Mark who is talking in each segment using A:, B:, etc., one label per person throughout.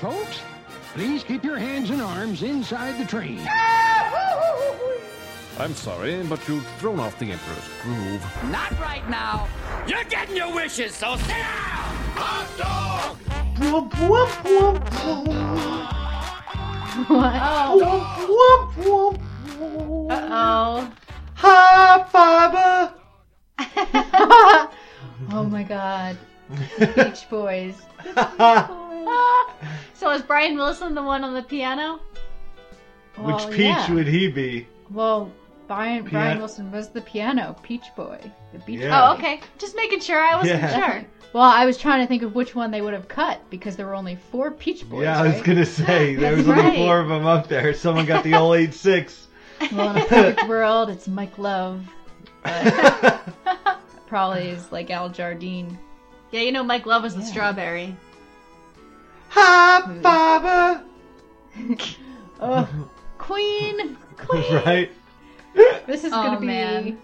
A: folks. Please keep your hands and arms inside the train.
B: I'm sorry, but you've thrown off the Emperor's groove.
C: Not right now. You're getting your wishes, so sit down. Hot dog.
D: Whoop, whoop, whoop, Whoop, whoop, whoop.
E: oh.
D: High fiber.
E: oh my god. Beach Boys. so is Brian Wilson the one on the piano?
D: Which
E: Well,
D: peach
E: yeah.
D: would he be?
E: Well, Brian,
D: Piano-
E: Brian Wilson was the piano, Peach Boy. The Beach
D: Yeah.
E: Boy.
D: Oh,
E: okay. Just making sure I
D: wasn't Yeah.
E: sure. Well, I was trying to think of which one they would have cut because there were only four Peach Boys.
D: yeah, I was
E: right?
D: gonna say there was
E: That's
D: only
E: right.
D: four of them up there. Someone got the old eight six.
E: Well, in a perfect world, it's Mike Love. Probably is like Al Jardine.
F: Yeah, you know Mike Love was the strawberry.
D: High fiber.
E: Oh, Queen, Queen.
D: Right.
E: This is
F: Oh,
E: gonna be.
F: man.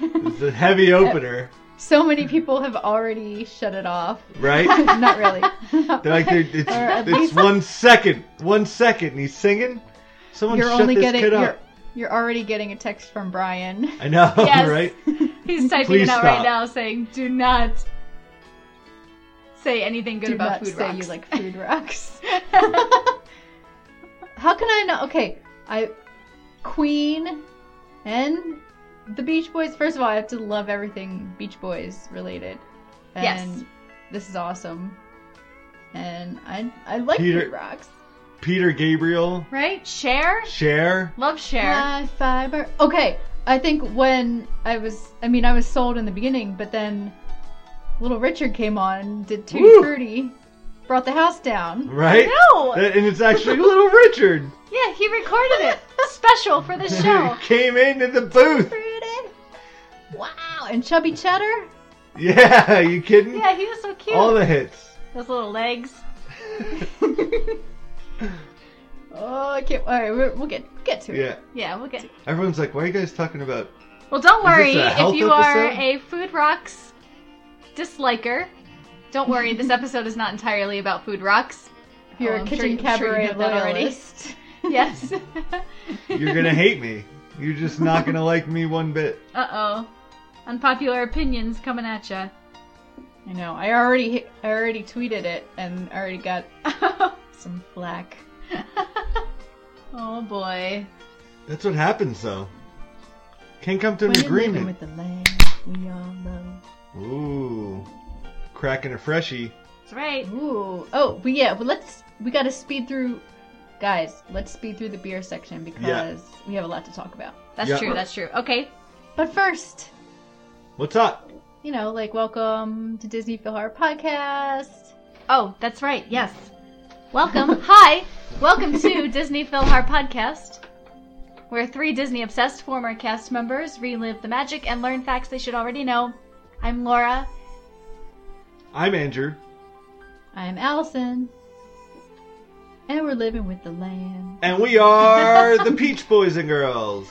D: It's a heavy opener.
E: So many people have already shut it off.
D: Right.
E: Not really.
D: They're like they're, it's
E: Or at
D: it's
E: least-
D: one second, one second, and he's singing. Someone
E: you're
D: shut
E: only
D: this
E: getting.
D: kid
E: You're,
D: up.
E: you're already getting a text from Brian.
D: I know,
F: Yes.
D: right?
F: He's typing
D: Please
F: it out
D: stop.
F: right now, saying, "Do not say anything good
E: Do
F: about
E: not
F: food
E: say
F: rocks."
E: you like food rocks. How can I not? Okay, I Queen and the Beach Boys. First of all, I have to love everything Beach Boys related. And
F: Yes.
E: this is awesome. And I I like
D: Peter-
E: food rocks.
D: Peter Gabriel,
F: right? Share,
D: Cher.
F: love share.
E: High fiber. Okay, I think when I was, I mean, I was sold in the beginning, but then Little Richard came on, did Tutti
D: Woo!
E: Frutti, brought the house down.
D: Right?
F: No.
D: And and it's actually Little Richard.
F: Yeah, he recorded it special for the show.
D: Came into the booth.
E: Fruity. Wow, and chubby cheddar.
D: Yeah, you kidding?
F: Yeah, he was so cute.
D: All the hits.
F: Those little legs.
E: Oh, I can't. All right, we're- we'll get get to it.
D: Yeah.
F: Yeah, we'll get.
D: Everyone's like, why are you guys talking about
F: Well, don't
D: Is this
F: worry
D: a
F: if
D: health
F: you are
D: episode?
F: a food rocks disliker. Don't worry, this episode is not entirely about food rocks.
E: If you're
F: Oh,
E: a
F: I'm sure
E: kitchen
F: you- I'm sure
E: cabaret
F: you have that already.
E: loyalist.
F: Yes.
D: you're gonna hate me. You're just not gonna like me one bit.
F: uh oh, unpopular opinions coming at ya.
E: I know. I already I already tweeted it and already got some flack.
F: oh boy.
D: That's what happens though. Can't come to an
E: When you're living
D: agreement.
E: with the land we all love.
D: Ooh. Cracking a freshie.
F: That's right.
E: Ooh. Oh, but yeah. But let's. We got to speed through. Guys, let's speed through the beer section because we have a lot to talk about.
F: That's
D: Yeah.
F: true. That's true. Okay.
E: But first,
D: What's up?
E: you know, like welcome to Disney Feel Hard Podcast.
F: Oh, that's right. Yes. Welcome. Hi. Welcome to Disney Philhar Podcast, where three Disney obsessed former cast members relive the magic and learn facts they should already know. I'm Laura.
D: I'm Andrew.
E: I'm Allison, and we're living with the land.
D: And we are the Peach Boys and Girls.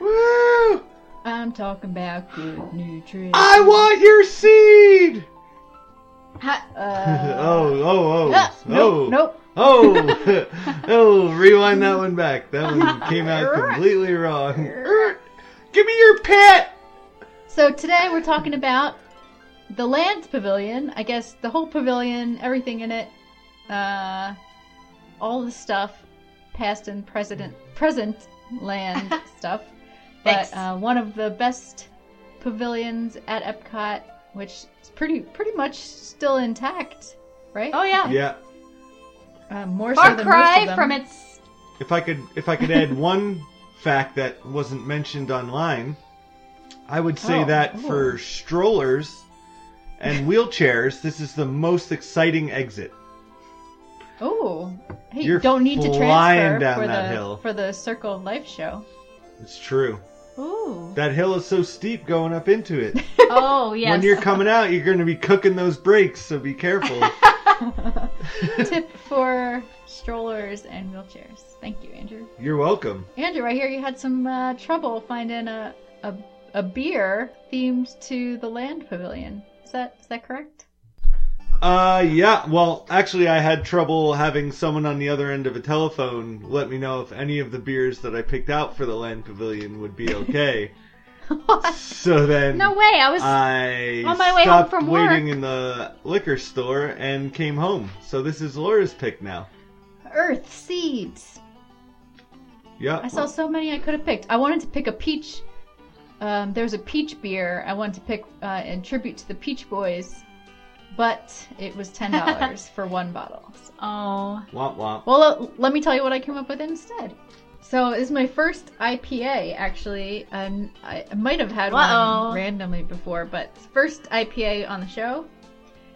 D: Woo!
E: I'm talking about good nutrition.
D: I want your seed!
E: Uh,
D: oh, oh, oh.
E: ah,
D: oh.
E: nope, nope.
D: Oh, oh, rewind that one back. That one came out completely wrong. Er, Give me your pet!
E: So today we're talking about the land pavilion. I guess the whole pavilion, everything in it, uh, all the stuff, past and present, present land stuff.
F: Thanks.
E: But uh, one of the best pavilions at Epcot, which is pretty pretty much still intact, right?
F: Oh yeah.
D: Yeah,
E: Uh, more so
F: Far
E: than most of
F: cry
E: them.
F: from its.
D: if I could, if I could add one fact that wasn't mentioned online, I would say
E: Oh,
D: that
E: ooh.
D: for strollers and wheelchairs, this is the most exciting exit.
E: Oh, hey,
D: You're
E: you don't need to transfer
D: flying down
E: for
D: that
E: the
D: hill.
E: for the Circle of Life show.
D: It's true.
E: Ooh,
D: That hill is so steep going up into it.
F: Oh yes.
D: When you're coming out, you're going to be cooking those brakes, so be careful.
E: tip for strollers and wheelchairs. Thank you, Andrew.
D: you're welcome.
E: Andrew, I hear you had some uh, trouble finding a, a a beer themed to the land pavilion. Is that is that correct?
D: Uh, yeah. Well, actually, I had trouble having someone on the other end of a telephone let me know if any of the beers that I picked out for the land pavilion would be okay. so then,
F: No way. I was.
D: Uh, I
F: On my way home
D: stopped
F: from
D: waiting
F: work.
D: in the liquor store and came home. So this is Laura's pick now.
E: Earth seeds.
D: Yeah.
E: I saw so many I could have picked. I wanted to pick a peach. Um, there was a peach beer I wanted to pick uh, in tribute to the Peach Boys, but it was ten dollars for one bottle.
F: oh.
D: Womp womp.
E: Well, uh, let me tell you what I came up with instead. So this is my first IPA, actually, and I I might have had
F: Uh-oh.
E: one randomly before, but it's first IPA on the show,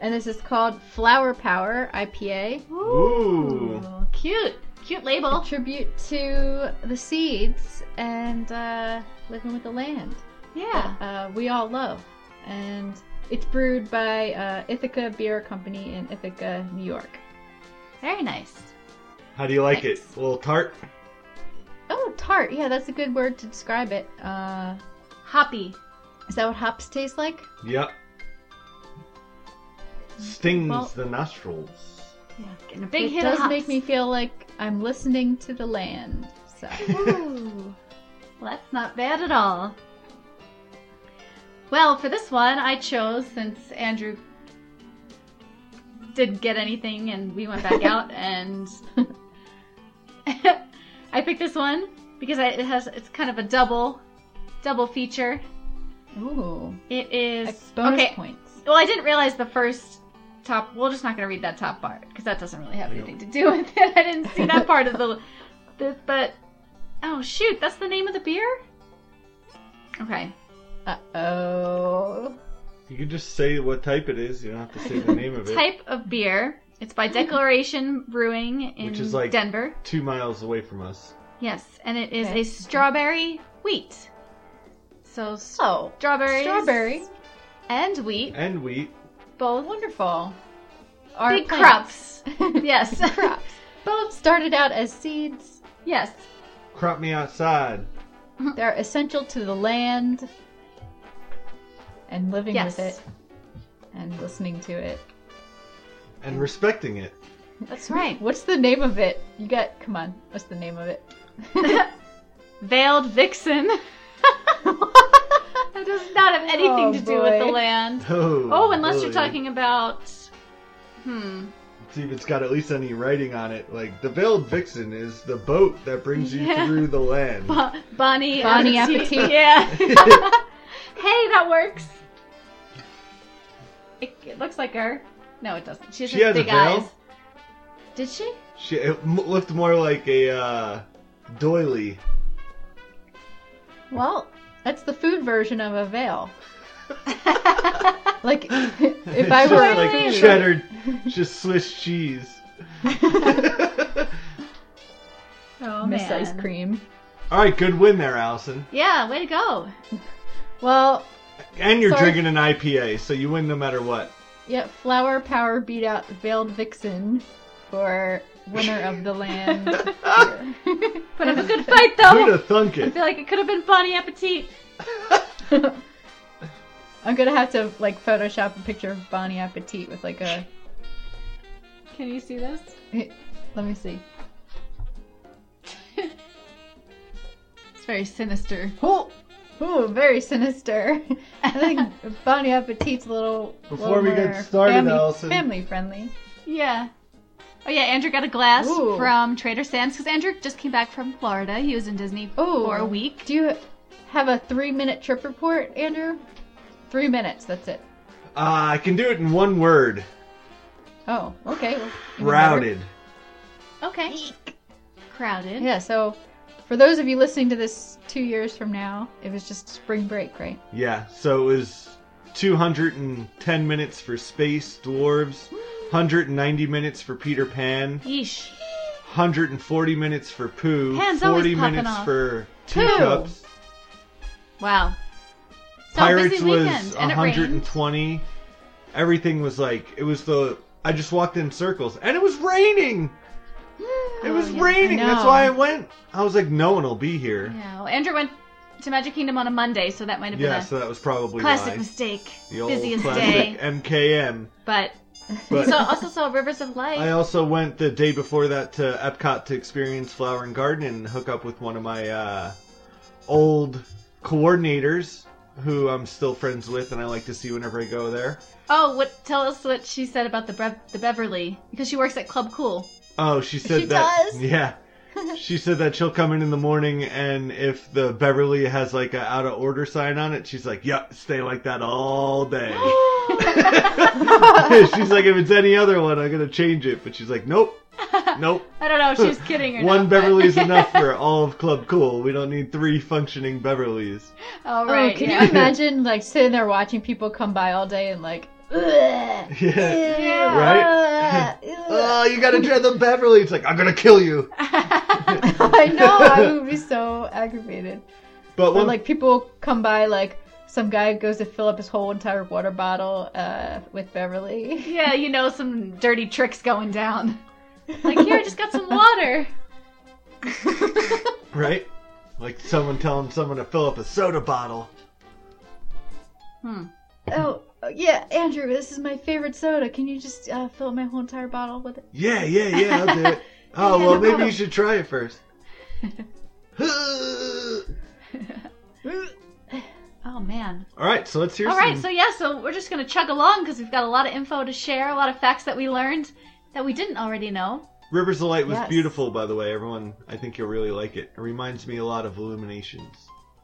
E: and this is called Flower Power IPA.
D: Ooh.
F: Cute. Cute
E: A
F: label.
E: tribute to the seeds and uh, living with the land
F: Yeah.
E: uh, we all love. And it's brewed by uh, Ithaca Beer Company in Ithaca, New York.
F: Very nice.
D: How do you like
E: Thanks.
D: it? A little tart.
E: Oh, tart. Yeah, that's a good word to describe it. Uh,
F: Hoppy.
E: is that what hops taste like?
D: Yep. Stings
E: Well-
D: the nostrils.
E: Yeah, getting a
F: big
E: it
F: hit of
E: does
F: hops.
E: make me feel like I'm listening to the land. So
F: Ooh. well, that's not bad at all. Well, for this one, I chose since Andrew didn't get anything and we went back out, and I picked this one because I, it has it's kind of a double double feature.
E: ooh,
F: It is
E: Ex- bonus
F: okay.
E: points.
F: Well, I didn't realize the first top. We're just not going to read that top part because that doesn't really have anything to do with it. I didn't see that part of the, the. But oh shoot, that's the name of the beer. Okay.
E: Uh oh.
D: You can just say what type it is. You don't have to say the name of it.
F: Type of beer. It's
E: Mm.
F: by Declaration Brewing in
D: Which is like-
F: Denver.
D: Two miles away from us.
F: Yes, and it is
E: Okay.
F: a strawberry wheat. So
E: Oh,
F: strawberries,
E: strawberry.
F: and wheat,
D: And wheat.
F: both
E: Wonderful. Our
F: big
E: plants.
F: crops. yes,
E: crops. Both started out as seeds.
F: yes.
D: Crop me outside.
F: Uh-huh.
E: They're essential to the land and living
F: Yes.
E: with it and listening to it.
D: And respecting it.
F: That's right.
E: What's the name of it? You got, come on, what's the name of it?
F: Veiled Vixen. that does not have anything
E: Oh,
F: to do with the
E: boy.
F: land.
D: Oh,
F: Oh, unless
D: really.
F: you're talking about. Hmm.
D: See if it's got at least any writing on it. Like, the Veiled Vixen is the boat that brings you
F: Yeah.
D: through the land.
F: Bo- Bonnie.
E: Bonnie Appetit.
F: Yeah. hey, that works. It, it looks like her. No, it doesn't. She has
D: She had a
F: big
D: veil?
F: eyes. Did she?
D: She, it m- looked more like a uh, doily.
E: Well, that's the food version of a veil. like, if I
D: It's
E: were.
D: just like cheddar, just Swiss cheese.
F: Oh
E: Miss ice cream.
D: All right, good win there, Allison.
F: Yeah, way to go.
E: Well,
D: And you're
E: Sorry.
D: drinking an IPA, so you win no matter what.
E: yeah, Flower Power beat out Veiled Vixen for winner of the land. beer.
F: But it was a good fight,
D: Who'd
F: though.
D: have thunk
F: I
D: it? Uh,
F: feel like it could have been Bonnie Appetit.
E: I'm gonna have to, like, Photoshop a picture of Bonnie Appetit with, like, a.
F: Can you see this?
E: Let me see.
F: It's very sinister.
E: Oh, ooh, very sinister. I think Bonnie Appetit's a little.
D: Before
E: little
D: we get
E: more
D: started,
E: family,
D: Allison.
E: family friendly.
F: Yeah. Oh yeah, Andrew got a glass
E: Ooh.
F: from Trader Sam's because Andrew just came back from Florida. He was in Disney
E: Ooh.
F: for a week.
E: Do you have a three-minute trip report, Andrew? Three minutes. That's it.
D: Uh, I can do it in one word.
E: Oh, okay. well, even better.
D: Routed.
F: Okay. Crowded.
E: Yeah. So, for those of you listening to this two years from now, it was just spring break, right?
D: Yeah, so it was 210 minutes for Space Dwarves, 190 minutes for Peter Pan,
F: Yeesh.
D: 140 minutes for Pooh,
F: Pan's always
D: 40
F: popping
D: minutes
F: off.
D: for
E: Pooh!
D: Teacups.
F: Wow. So
D: Pirates
F: busy
D: was
F: weekend, and it rained.
D: 120. Everything was like, it was the. I just walked in circles, and it was raining! It was
F: Oh, yeah, I
D: raining. That's
E: know.
D: why I went. I was like, no one will be here.
F: Yeah. Well, Andrew went to Magic Kingdom on a Monday, so that might have
D: Yeah,
F: been a
D: so that was probably
F: classic
D: why.
F: mistake.
D: The old
F: Busiest
D: classic
F: day.
D: MKM.
F: But
D: But
F: So also saw Rivers of Light.
D: I also went the day before that to Epcot to experience Flower and Garden and hook up with one of my uh, old coordinators who I'm still friends with and I like to see whenever I go there.
F: oh, what? Tell us what she said about the Brev- the Beverly because she works at Club Cool.
D: Oh, she said
E: She
D: that.
E: does?
D: Yeah. she said that she'll come in in the morning and if the Beverly has like a out of order sign on it, she's like, "Yep, stay like that all day."
E: Oh,
D: she's like, "If it's any other one, I'm going to change it." But she's like, "Nope." Nope.
F: I don't know if she was kidding or
D: One
F: not. but-
D: Beverly's enough for all of Club Cool. We don't need three functioning Beverlys.
F: oh
E: Oh,
F: right.
E: can
F: yeah.
E: you imagine like sitting there watching people come by all day and like, "Ugh,
D: Yeah.
E: ugh,
D: Right?
E: ugh."
D: Oh, you gotta try the Beverly. It's like, I'm gonna kill you.
E: I know I would be so aggravated.
D: But
E: Or
D: one,
E: like people come by like some guy goes to fill up his whole entire water bottle uh, with Beverly.
F: Yeah, you know some dirty tricks going down. Like here, I just got some water.
D: right? Like someone telling someone to fill up a soda bottle.
E: Oh yeah, Andrew, this is my favorite soda. Can you just uh, fill up my whole entire bottle with it?
D: Yeah, yeah, yeah, I'll do it. Oh,
E: Yeah,
D: well,
E: no
D: maybe you
E: problem.
D: should try it first.
F: Oh man.
D: Alright, so let's hear
F: All
D: some.
F: right, so yeah, so we're just gonna chug along because we've got a lot of info to share, a lot of facts that we learned that we didn't already know.
D: Rivers of Light was
E: Yes.
D: beautiful, by the way. Everyone, I think you'll really like it. It reminds me a lot of Illuminations.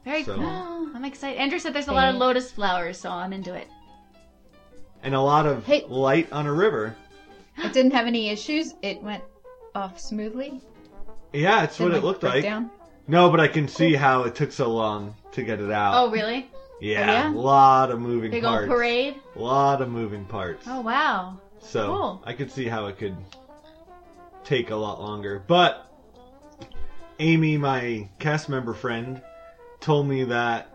F: Very
D: So-
F: cool. I'm excited. Andrew said there's a lot of lotus flowers, so I'm into it.
D: And a lot of
E: Hey.
D: light on a river.
E: It didn't have any issues. It went off smoothly.
D: Yeah, it's what
E: Didn't,
D: it looked
E: break
D: like.
E: Down.
D: No, but I can see how it took so long to get it out.
F: Oh really?
D: Yeah,
E: Yeah.
D: a lot of moving
F: Big
D: parts.
F: old parade.
D: A lot of moving parts.
F: Oh wow.
D: so
F: cool.
D: I could see how it could take a lot longer. But Amy, my cast member friend, told me that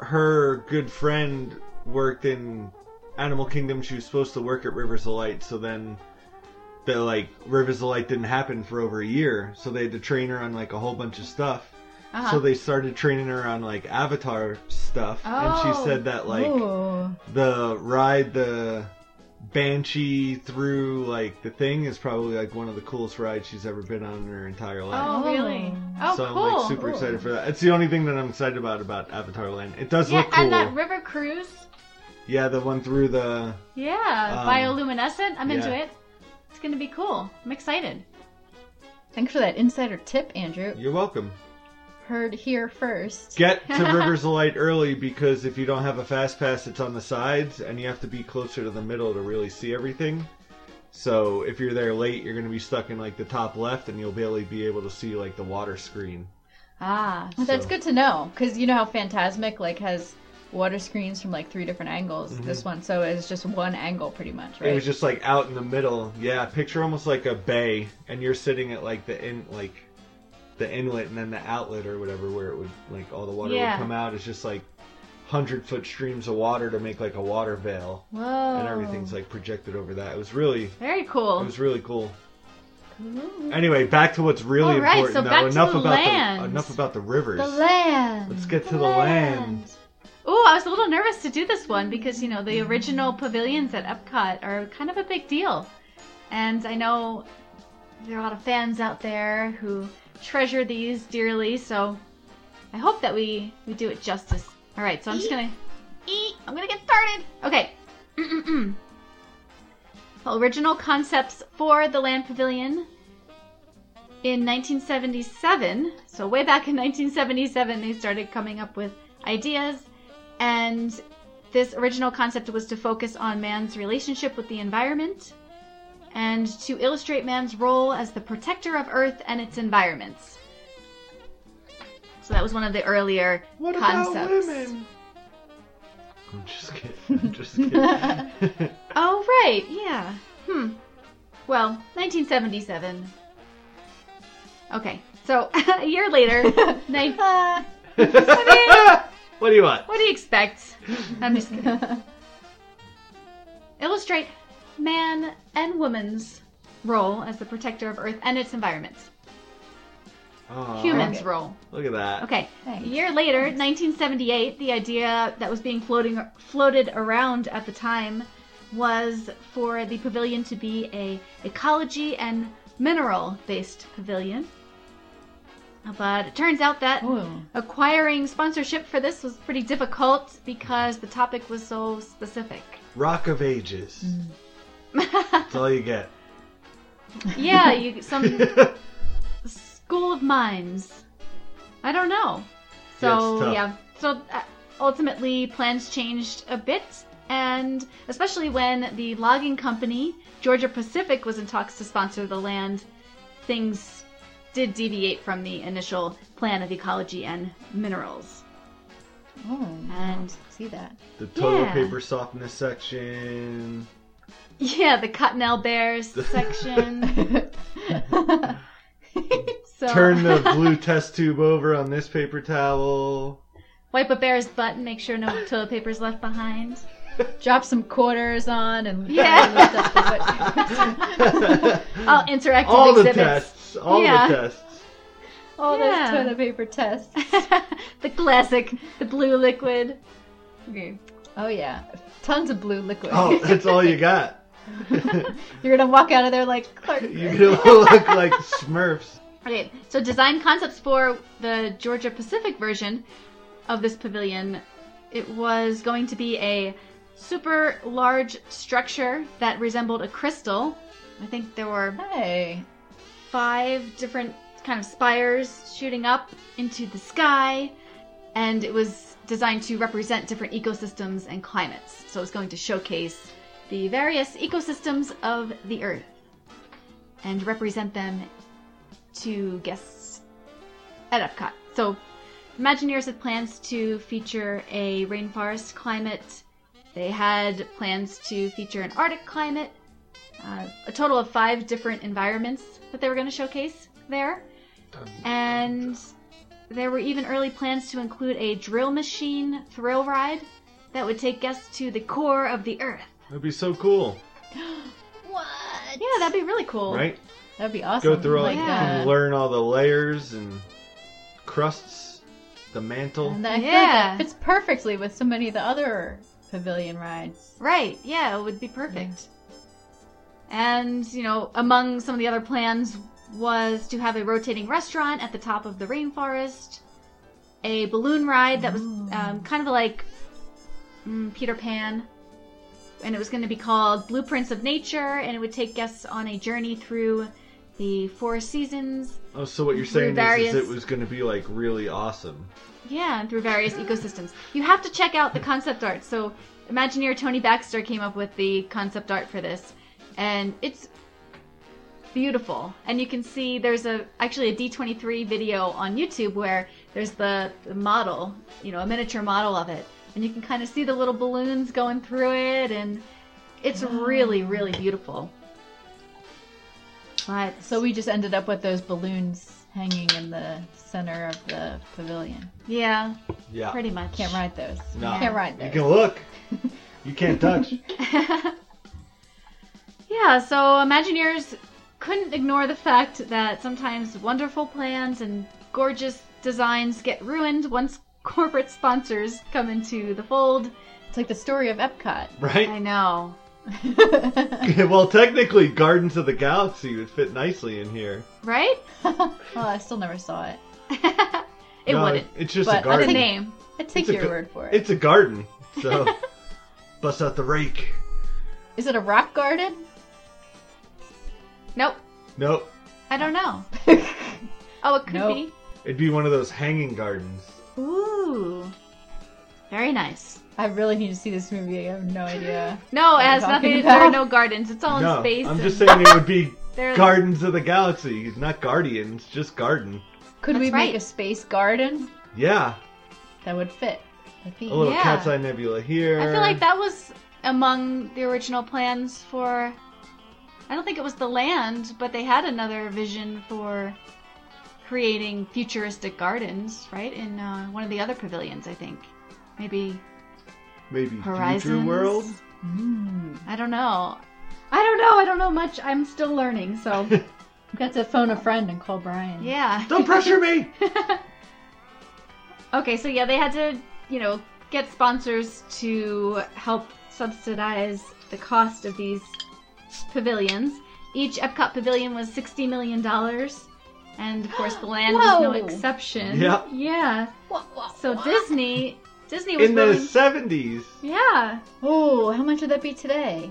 D: her good friend worked in Animal Kingdom. She was supposed to work at Rivers of Light, so then the like Rivers of Light didn't happen for over a year, so they had to train her on like a whole bunch of stuff.
F: Uh-huh.
D: So they started training her on like Avatar stuff, and she
F: Oh.
D: said that like
E: Ooh.
D: the ride the banshee through like the thing is probably like one of the coolest rides she's ever been on in her entire life.
F: Oh,
E: Oh.
F: really? Oh
D: so
F: cool.
D: I'm like super
E: Ooh.
D: excited for that. It's the only thing that I'm excited about about Avatar Land. It does
F: yeah,
D: look cool.
F: and that river cruise.
D: yeah, the one through the
F: Yeah,
D: Um,
F: bioluminescent. I'm into
D: yeah.
F: it. It's gonna be cool. I'm excited.
E: Thanks for that insider tip, Andrew.
D: You're welcome.
E: Heard here first.
D: Get to Rivers of Light early because if you don't have a fast pass, it's on the sides and you have to be closer to the middle to really see everything. So if you're there late, you're going to be stuck in like the top left and you'll barely be able to see like the water screen.
F: Ah,
E: Well, that's
D: So-
E: good to know because you know how Phantasmic like has water screens from like three different angles. This one, so it's just one angle pretty much,
D: Mm-hmm. It
E: right?
D: was just like out in the middle. Yeah, picture almost like a bay, and you're sitting at like the in like the inlet and then the outlet or whatever, where it would like all the water
F: Yeah.
D: would come out. It's just like hundred foot streams of water to make like a water veil,
F: whoa.
E: Oh.
D: and everything's like projected over that. It was really, it
F: very cool.
D: was really cool.
E: Ooh.
D: Anyway, back to what's really
F: Mm-hmm. All right,
D: important
F: so
D: though.
F: back to
D: enough
F: the
D: about
F: land.
D: the enough about the rivers.
E: the land.
D: Let's get to the land.
F: Oh, I was a little nervous to do this one because, you know, the original pavilions at Epcot are kind of a big deal. And I know there are a lot of fans out there who treasure these dearly, so I hope that we, we do it justice. All right, so I'm just going to eat. I'm going to get started. Okay. Mm-mm-mm. Original concepts for the land pavilion in 1977, so way back in 1977, they started coming up with ideas, and this original concept was to focus on man's relationship with the environment and to illustrate man's role as the protector of Earth and its environments. So that was one of the earlier
D: What about
F: concepts.
D: women? I'm just kidding. I'm just kidding.
F: Oh, right, yeah. Hmm. Well, 1977. Okay, so a year later, nine-
D: what do you want?
F: What do you expect? I'm just kidding. Illustrate man and woman's role as the protector of Earth and its environment.
D: Aw,
F: Human's
E: okay.
F: role.
D: Look at that.
F: Okay.
E: Thanks.
F: A year later, 1978, the idea that was being floating floated around at the time was for the pavilion to be a ecology and mineral based pavilion. But it turns out that
E: Ooh.
F: acquiring sponsorship for this was pretty difficult because the topic was so specific.
D: Rock of Ages.
F: Mm.
D: That's all you get.
F: Yeah, you some school of mines. I don't know.
D: it's
F: So
D: tough.
F: yeah, so uh, ultimately plans changed a bit, and especially when the logging company Georgia Pacific was in talks to sponsor the land, things did deviate from the initial plan of ecology and minerals.
E: Oh,
F: And
E: see that.
D: The toilet
F: Yeah.
D: paper softness section.
F: yeah, the Cottonelle Bears section. so,
D: Turn the blue test tube over on this paper towel.
F: wipe a bear's butt and make sure no toilet paper's left behind.
E: Drop some quarters on and
F: Yeah. All interactive
D: all the
F: exhibits.
D: tests. All
F: Yeah.
D: the tests.
E: all
F: Yeah.
E: those toilet paper tests.
F: the classic, the blue liquid. Okay.
E: Oh yeah, tons of blue liquid.
D: Oh, that's all you got.
E: You're gonna walk out of there like Clark.
D: You look like Smurfs.
F: Okay, so design concepts for the Georgia Pacific version of this pavilion. It was going to be a super large structure that resembled a crystal. I think there were
E: Hey,
F: five different kind of spires shooting up into the sky, and it was designed to represent different ecosystems and climates. So it was going to showcase the various ecosystems of the Earth and represent them to guests at Epcot. So Imagineers had plans to feature a rainforest climate. They had plans to feature an Arctic climate, uh, a total of five different environments that they were going to showcase there. And there were even early plans to include a drill machine thrill ride that would take guests to the core of the earth.
D: That'd be so cool,
E: what?
F: Yeah, that'd be really cool.
D: right?
E: That'd be awesome.
D: Go through all,
E: Like,
F: Yeah.
E: uh,
D: and learn all the layers and crusts, the mantle.
E: and I feel like
F: Yeah.
E: that fits perfectly with so many of the other pavilion rides.
F: Right, yeah, it would be perfect. And, you know, among some of the other plans was to have a rotating restaurant at the top of the rainforest, a balloon ride that was um, kind of like mm, Peter Pan, and it was going to be called Blueprints of Nature, and it would take guests on a journey through the four seasons,
D: Oh, so what you're
F: Through
D: saying
F: various-
D: is, is it was going to be like really awesome.
F: yeah, and through various ecosystems. You have to check out the concept art. So, Imagineer Tony Baxter came up with the concept art for this, and it's beautiful. And you can see there's a actually a D23 video on YouTube where there's the, the model, you know, a miniature model of it, and you can kind of see the little balloons going through it, and it's really, really beautiful. But
E: So we just ended up with those balloons hanging in the center of the pavilion.
F: yeah,
D: Yeah.
F: pretty much.
E: Can't ride those.
D: No.
E: Can't ride
D: You
E: those.
D: can look. You can't touch.
F: Yeah, so Imagineers couldn't ignore the fact that sometimes wonderful plans and gorgeous designs get ruined once corporate sponsors come into the fold.
E: It's like the story of Epcot.
F: I
D: Right?
F: know.
D: well, technically, Gardens of the Galaxy would fit nicely in here.
F: Right?
E: Well, I still never saw it.
F: It
D: No,
F: wouldn't.
D: It's just
E: But
D: a
E: I
F: The
D: garden.
F: name.
E: I take
D: a
E: your
D: good-
E: word for it.
D: It's a garden. So, bust out the rake.
E: Is it a rock garden?
F: Nope.
D: Nope.
F: I don't know. oh, it could
E: Nope.
F: be.
D: It'd be one of those hanging gardens.
F: Ooh. Very nice.
E: I really need to see this movie. I have no idea.
F: No, it has
E: you talking
F: nothing. There are
E: about?
F: no gardens. It's all
D: no,
F: in space.
D: I'm
F: and
D: just saying it would be
F: there's-
D: Gardens of the Galaxy, not Guardians, just garden.
E: Could we
F: That's
E: make
F: right.
E: a space garden
D: Yeah,
E: that would fit the theme?
D: a little
F: Yeah.
D: cat's eye nebula here.
F: I feel like that was among the original plans for. I don't think it was the land, but they had another vision for creating futuristic gardens, right? In uh, one of the other pavilions, I think. Maybe
D: maybe
F: Horizons.
D: future world.
E: Mm.
F: I don't know. I don't know. I don't know much. I'm still learning, so
E: You've got to phone a friend and call Brian.
F: yeah.
D: Don't pressure me.
F: Okay, so yeah, they had to, you know, get sponsors to help subsidize the cost of these pavilions. Each Epcot pavilion was sixty million dollars, and of course, the land was no
E: Whoa.
F: exception.
D: Yeah.
F: Yeah. So Disney, Disney was
D: In the
F: willing.
D: 70s.
F: yeah.
E: Oh, how much would that be today?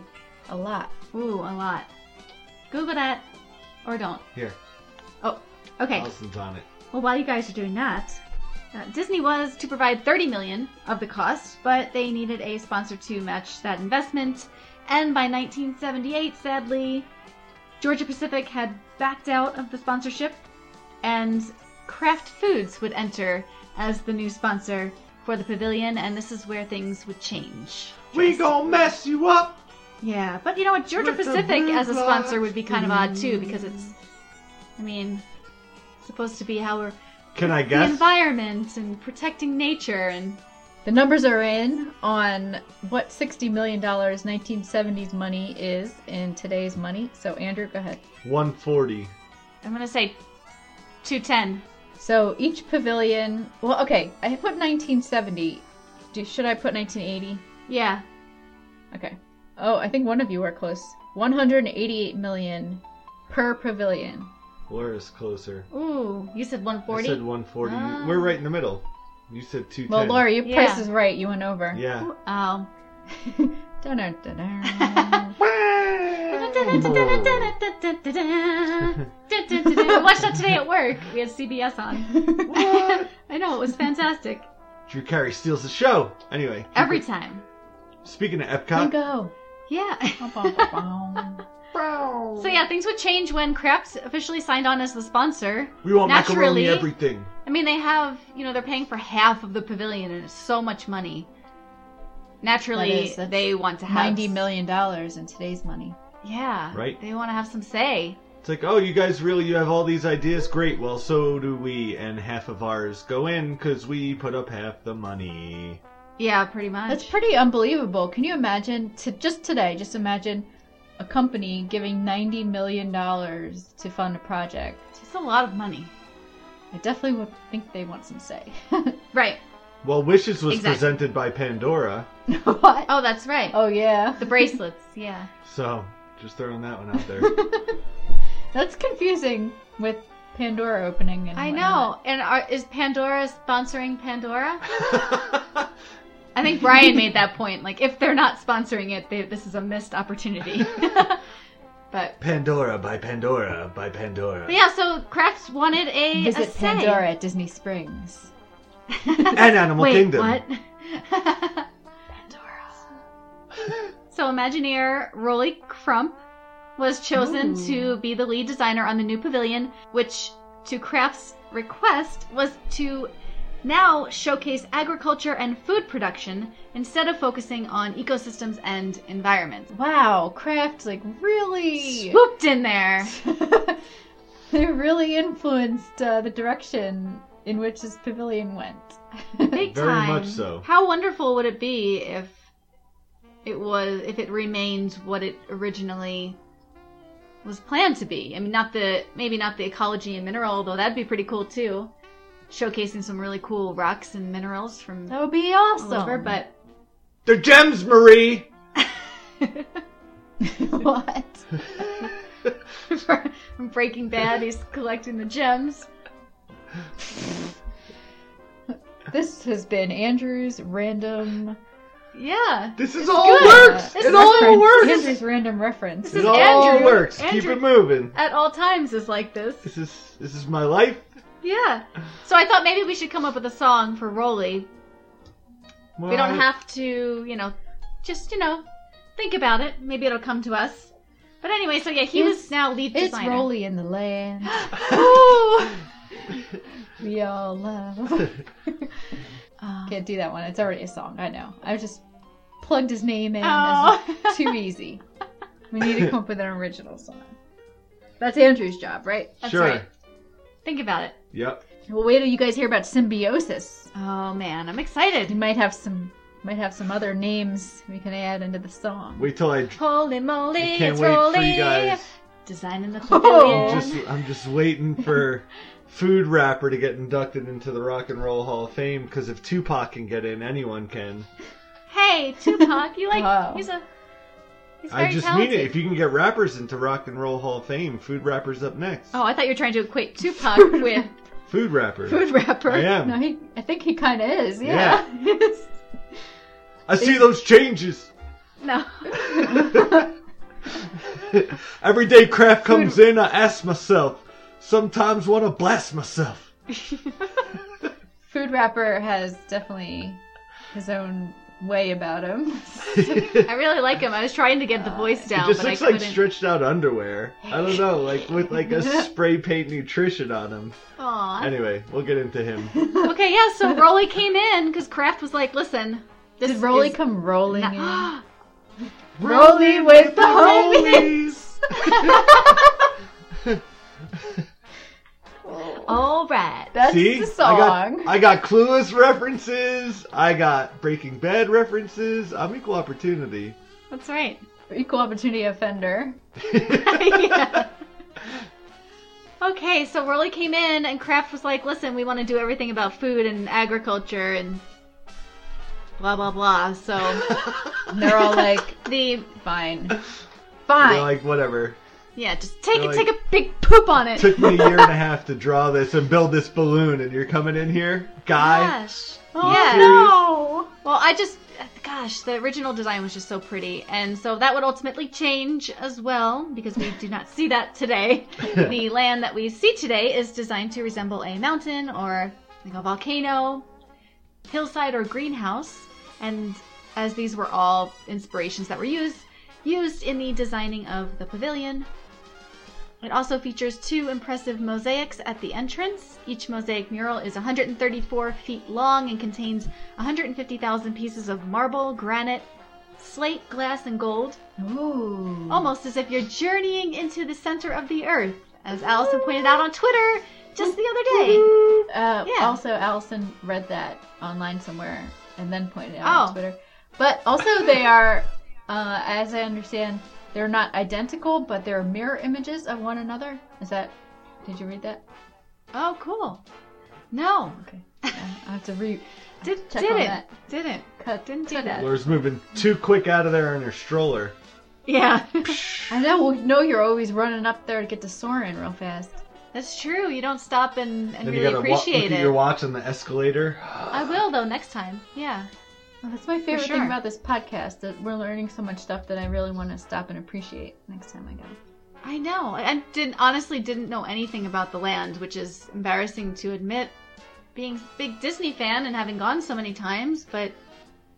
E: A lot.
F: Ooh, a lot. Google that, or don't.
D: Here,
F: Oh, okay.
D: Allison's on it.
F: Well, while you guys are doing that, uh, Disney was to provide 30 million of the cost, but they needed a sponsor to match that investment. And by 1978, sadly, Georgia Pacific had backed out of the sponsorship, and Kraft Foods would enter as the new sponsor for the pavilion, and this is where things would change.
D: We gonna mess you up.
F: Yeah, but you know what? Georgia
D: With the
F: Pacific
D: blue
F: as a sponsor
D: box.
F: would be kind of odd too, because it's, I mean, supposed to be how we're
D: Can I
F: the
D: guess?
F: environment and protecting nature and
E: The numbers are in on what $60 million 1970s money is in today's money. So, Andrew, go ahead.
D: 140.
F: I'm gonna say 210.
E: So each pavilion. Well, okay, I put 1970. Do, should I put 1980?
F: Yeah.
E: Okay. Oh, I think one of you were close. 188 million per pavilion.
D: Laura's closer.
F: Ooh, you said
D: I
F: 140.
D: said 140.
F: Ah.
D: We're right in the middle. You said 210.
E: Well, Laura, your
F: Yeah.
E: price is right. You went over.
D: Yeah.
F: Oh.
E: Dun, dun, dun, dun.
F: I watched that today at work. We had CBS on. I know it was fantastic
D: Drew Carey steals the show. Anyway,
F: every time.
D: speaking of
E: Don't
D: Epcot,
E: go.
F: Yeah.
E: Bum, bum, bum.
F: So yeah, things would change when Kraft officially signed on as the sponsor.
D: we want macaroni
F: Naturally.
D: everything.
F: I mean, they have, you know, they're paying for half of the pavilion and it's so much money. Naturally,
E: That is- that's
F: they want to have
E: 90 million dollars in today's money.
F: Yeah.
D: Right.
F: They want to have some say.
D: It's like, oh, you guys really, you have all these ideas? Great. Well, so do we, and half of ours go in because we put up half the money.
F: Yeah, pretty much.
E: That's pretty unbelievable. Can you imagine to just today? Just imagine a company giving 90 million dollars to fund a project.
F: It's a lot of money.
E: I definitely would think they want some say.
F: Right.
D: Well, Wishes was
F: Exactly.
D: presented by Pandora,
E: what?
F: Oh, that's right.
E: Oh yeah,
F: The bracelets. Yeah.
D: so just throwing that one out there.
E: that's confusing with Pandora opening. And
F: I
E: whatnot.
F: know. And are, is Pandora sponsoring Pandora? I think Brian made that point. Like, if they're not sponsoring it, they, this is a missed opportunity. but,
D: Pandora by Pandora by Pandora.
F: but yeah, so Kraft wanted a, a
E: Visit
F: say.
E: Pandora at Disney Springs.
D: And Animal
F: Wait,
D: Kingdom.
F: What? Pandora. so Imagineer Rolly Crump was chosen
E: Ooh.
F: to be the lead designer on the new pavilion, which, to Kraft's request, was to now showcase agriculture and food production instead of focusing on ecosystems and environments.
E: Wow, Kraft like really,
F: Swooped in there.
E: they really influenced uh, the direction in which this pavilion went.
F: Big
D: Very
F: time.
D: much so.
F: How wonderful would it be if it was if it remained what it originally was planned to be? I mean, not the maybe not the ecology and mineral, although that'd be pretty cool too. Showcasing some really cool rocks and minerals from
E: that would be
F: all over,
E: awesome.
F: but
D: They're gems, Marie.
E: what?
F: from Breaking Bad, he's collecting the gems.
E: This has been Andrew's random. uh,
F: Yeah,
D: This is all
F: good.
D: works.
F: This
D: it
F: is
D: all
E: reference-
D: works.
E: Andrew's random reference.
D: It
F: is
D: all
F: Andrew.
D: works. Keep
F: Andrew.
D: it moving.
F: at all times is like this.
D: This is this is my life.
F: Yeah. So I thought maybe we should come up with a song for Rolly We don't
D: Well,
F: have to, you know, just, you know, think about it. Maybe it'll come to us. But anyway, so yeah, he was
E: It's-
F: now lead
E: It's
F: designer. Oh.
E: Rolly in the land
F: Ooh!
E: we all love. Can't do that one. It's already a song. I know. I just plugged his name in. as-
F: Oh.
E: too easy. We need to come up with an original song. That's Andrew's job, right?
F: That's
D: Sure.
F: right. Think about it.
D: Yep.
E: Well, wait till you guys hear about symbiosis.
F: Oh man, I'm
E: You
F: excited.
E: might have some, might have some other names we can add into the song.
D: Wait till I, I
F: Holy moly,
D: can't
F: it's
D: wait for
F: Rolly.
D: you guys.
F: Designing the
E: Oh.
F: pavilion.
D: I'm just I'm just waiting for Food Rapper to get inducted into the Rock and Roll Hall of Fame because if Tupac can get in, anyone can.
F: Hey, Tupac, you like?
E: Wow.
F: He's a. He's very
D: I just
F: talented.
D: mean it. If you can get rappers into Rock and Roll Hall of Fame, food rappers up next.
F: Oh, I thought you were trying to equate Tupac with
D: Food rapper.
F: food rapper.
D: I am.
E: No, he. I think he kind of is.
D: Yeah.
E: Yeah.
D: I see those changes.
F: No.
D: Every day craft comes in, I ask myself. Sometimes want to blast myself.
E: Food rapper has definitely his own way about him.
F: I really like him. I was trying to get the voice down,
D: Just
F: but
D: looks
F: I
D: like
F: couldn't.
D: stretched out underwear. I don't know, like with like a spray paint nutrition on him.
F: Aw.
D: Anyway, we'll get into him.
F: Okay, yeah. So Rolly came in because Kraft was like, "Listen, this
E: Did Rolly
F: is-
E: come rolling in?
F: Ah,
E: Rolly with the homies.
F: All right.
E: That's
D: See,
E: the song.
D: I got I got Clueless references. I got Breaking Bad references. I'm equal opportunity.
F: That's right.
E: Equal opportunity offender.
F: Yeah. Okay, so Rolly came in and Kraft was like, "Listen, we want to do everything about food and agriculture and blah blah blah." So
E: And they're all like,
F: the
E: fine,
D: They're
E: fine.
D: like whatever.
F: yeah, just take
D: They're
F: it,
D: like-
F: take a big poop on it.
D: Took me a year and a half to draw this and build this balloon, and you're coming in here, guy.
F: Gosh.
D: You
F: yeah.
D: serious?
E: oh.
F: Well, I just, gosh, the original design was just so pretty, and so that would ultimately change as well because we do not see that today. the land that we see today is designed to resemble a mountain or like a volcano, hillside, or greenhouse, and as these were all inspirations that were used used in the designing of the pavilion. It also features two impressive mosaics at the entrance. Each mosaic mural is 134 feet long and contains 150,000 pieces of marble, granite, slate, glass, and gold,
E: Ooh.
F: almost as if you're journeying into the center of the earth, as Allison pointed out on Twitter just the other day.
E: Uh,
F: Yeah.
E: Also, Allison read that online somewhere and then pointed it out
F: Oh.
E: on Twitter. But also, they are, uh, as I understand, they're not identical, but they're mirror images of one another. Is that? Did you read that?
F: Oh, cool. No,
E: Okay. Yeah, I have to re
F: did,
E: Check on
F: didn't.
E: that.
F: Didn't.
E: cut.
F: Didn't do
E: cut
F: that.
E: it.
D: Laura's moving too quick out of there in her stroller.
F: Yeah.
E: I know. we know you're always running up there to get to Soren real fast.
F: That's true. You don't stop and, and
D: Then
F: really
D: you gotta wa- look
F: appreciate
D: at
F: it. Oh,
D: your watch on the escalator.
F: I will, though, next time. Yeah.
E: Well, that's my favorite
F: sure.
E: thing about this podcast that we're learning so much stuff that I really want to stop and appreciate next time I go.
F: I know. I I didn't honestly didn't know anything about the land, which is embarrassing to admit. Being a big Disney fan and having gone so many times, but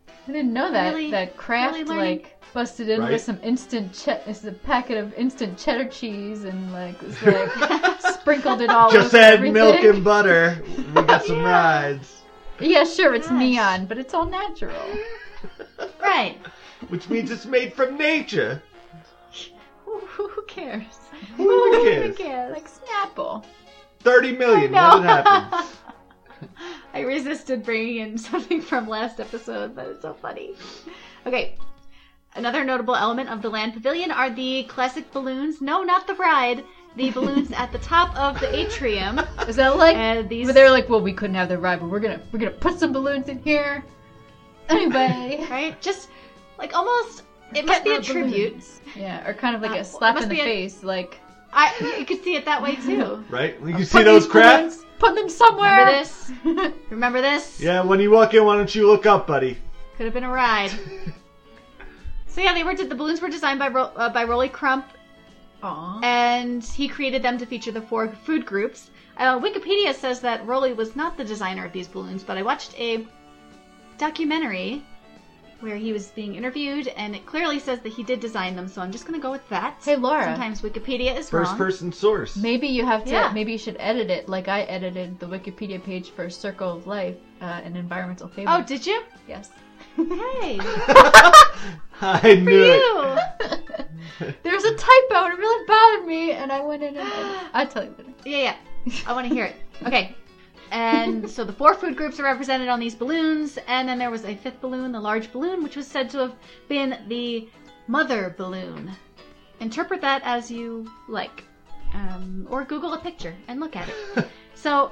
E: I didn't know that
F: Really-
E: that Kraft
F: really learning.
E: like busted in
D: Right.
E: with some instant che- this is a packet of instant cheddar cheese and like was like sprinkled it all
D: Just
E: over
D: add
E: everything.
D: milk and butter. We got some rides,
E: yeah, sure, it's
F: Gosh.
E: neon, but it's all natural.
F: right.
D: which means it's made from nature.
F: Who, who cares?
D: Who cares?
E: Like Snapple.
D: Thirty million
F: I
D: when it
F: know.
D: happens.
F: I resisted bringing in something from last episode, but it's so funny. Okay. Another notable element of the land pavilion are the classic balloons. No, not the ride. The balloons at the top of the atrium.
E: Is that like?
F: Uh, these-
E: But they're like, well, we couldn't have the ride, but we're gonna we're gonna put some balloons in here. Anyway,
F: right? Just like almost. It must be a
E: Pepper balloons.
F: tribute.
E: Yeah, or kind of like
F: Uh,
E: a slap
F: must
E: in the
F: be a-
E: face, like
F: I you could see it that way too.
D: Right? You see
E: put
D: those
E: these
D: crafts?
E: balloons- Put them
F: Remember
E: somewhere.
F: this? Remember this?
D: Yeah, when you walk in, why don't you look up, buddy?
F: Could have been a ride. so yeah, they were the balloons were designed by Ro- uh, by Rolly Crump,
E: Aw.
F: and he created them to feature the four food groups. Uh, Wikipedia says that Rolly was not the designer of these balloons, but I watched a documentary where he was being interviewed, and it clearly says that he did design them. So I'm just gonna go with that.
E: Hey, Laura.
F: Sometimes Wikipedia is
D: First
F: wrong.
D: person source.
E: Maybe you have to.
F: Yeah.
E: Maybe you should edit it like I edited the Wikipedia page for Circle of Life, uh, an environmental favorite.
F: Oh, did you?
E: yes.
F: Hey,
D: I knew it.
F: you.
E: There was a typo and it really bothered me, and I went in and edited- I'll tell you later.
F: Yeah, yeah. I want to hear it. Okay. And so the four food groups are represented on these balloons, and then there was a fifth balloon, the large balloon, which was said to have been the mother balloon. Interpret that as you like, um, or Google a picture and look at it. so,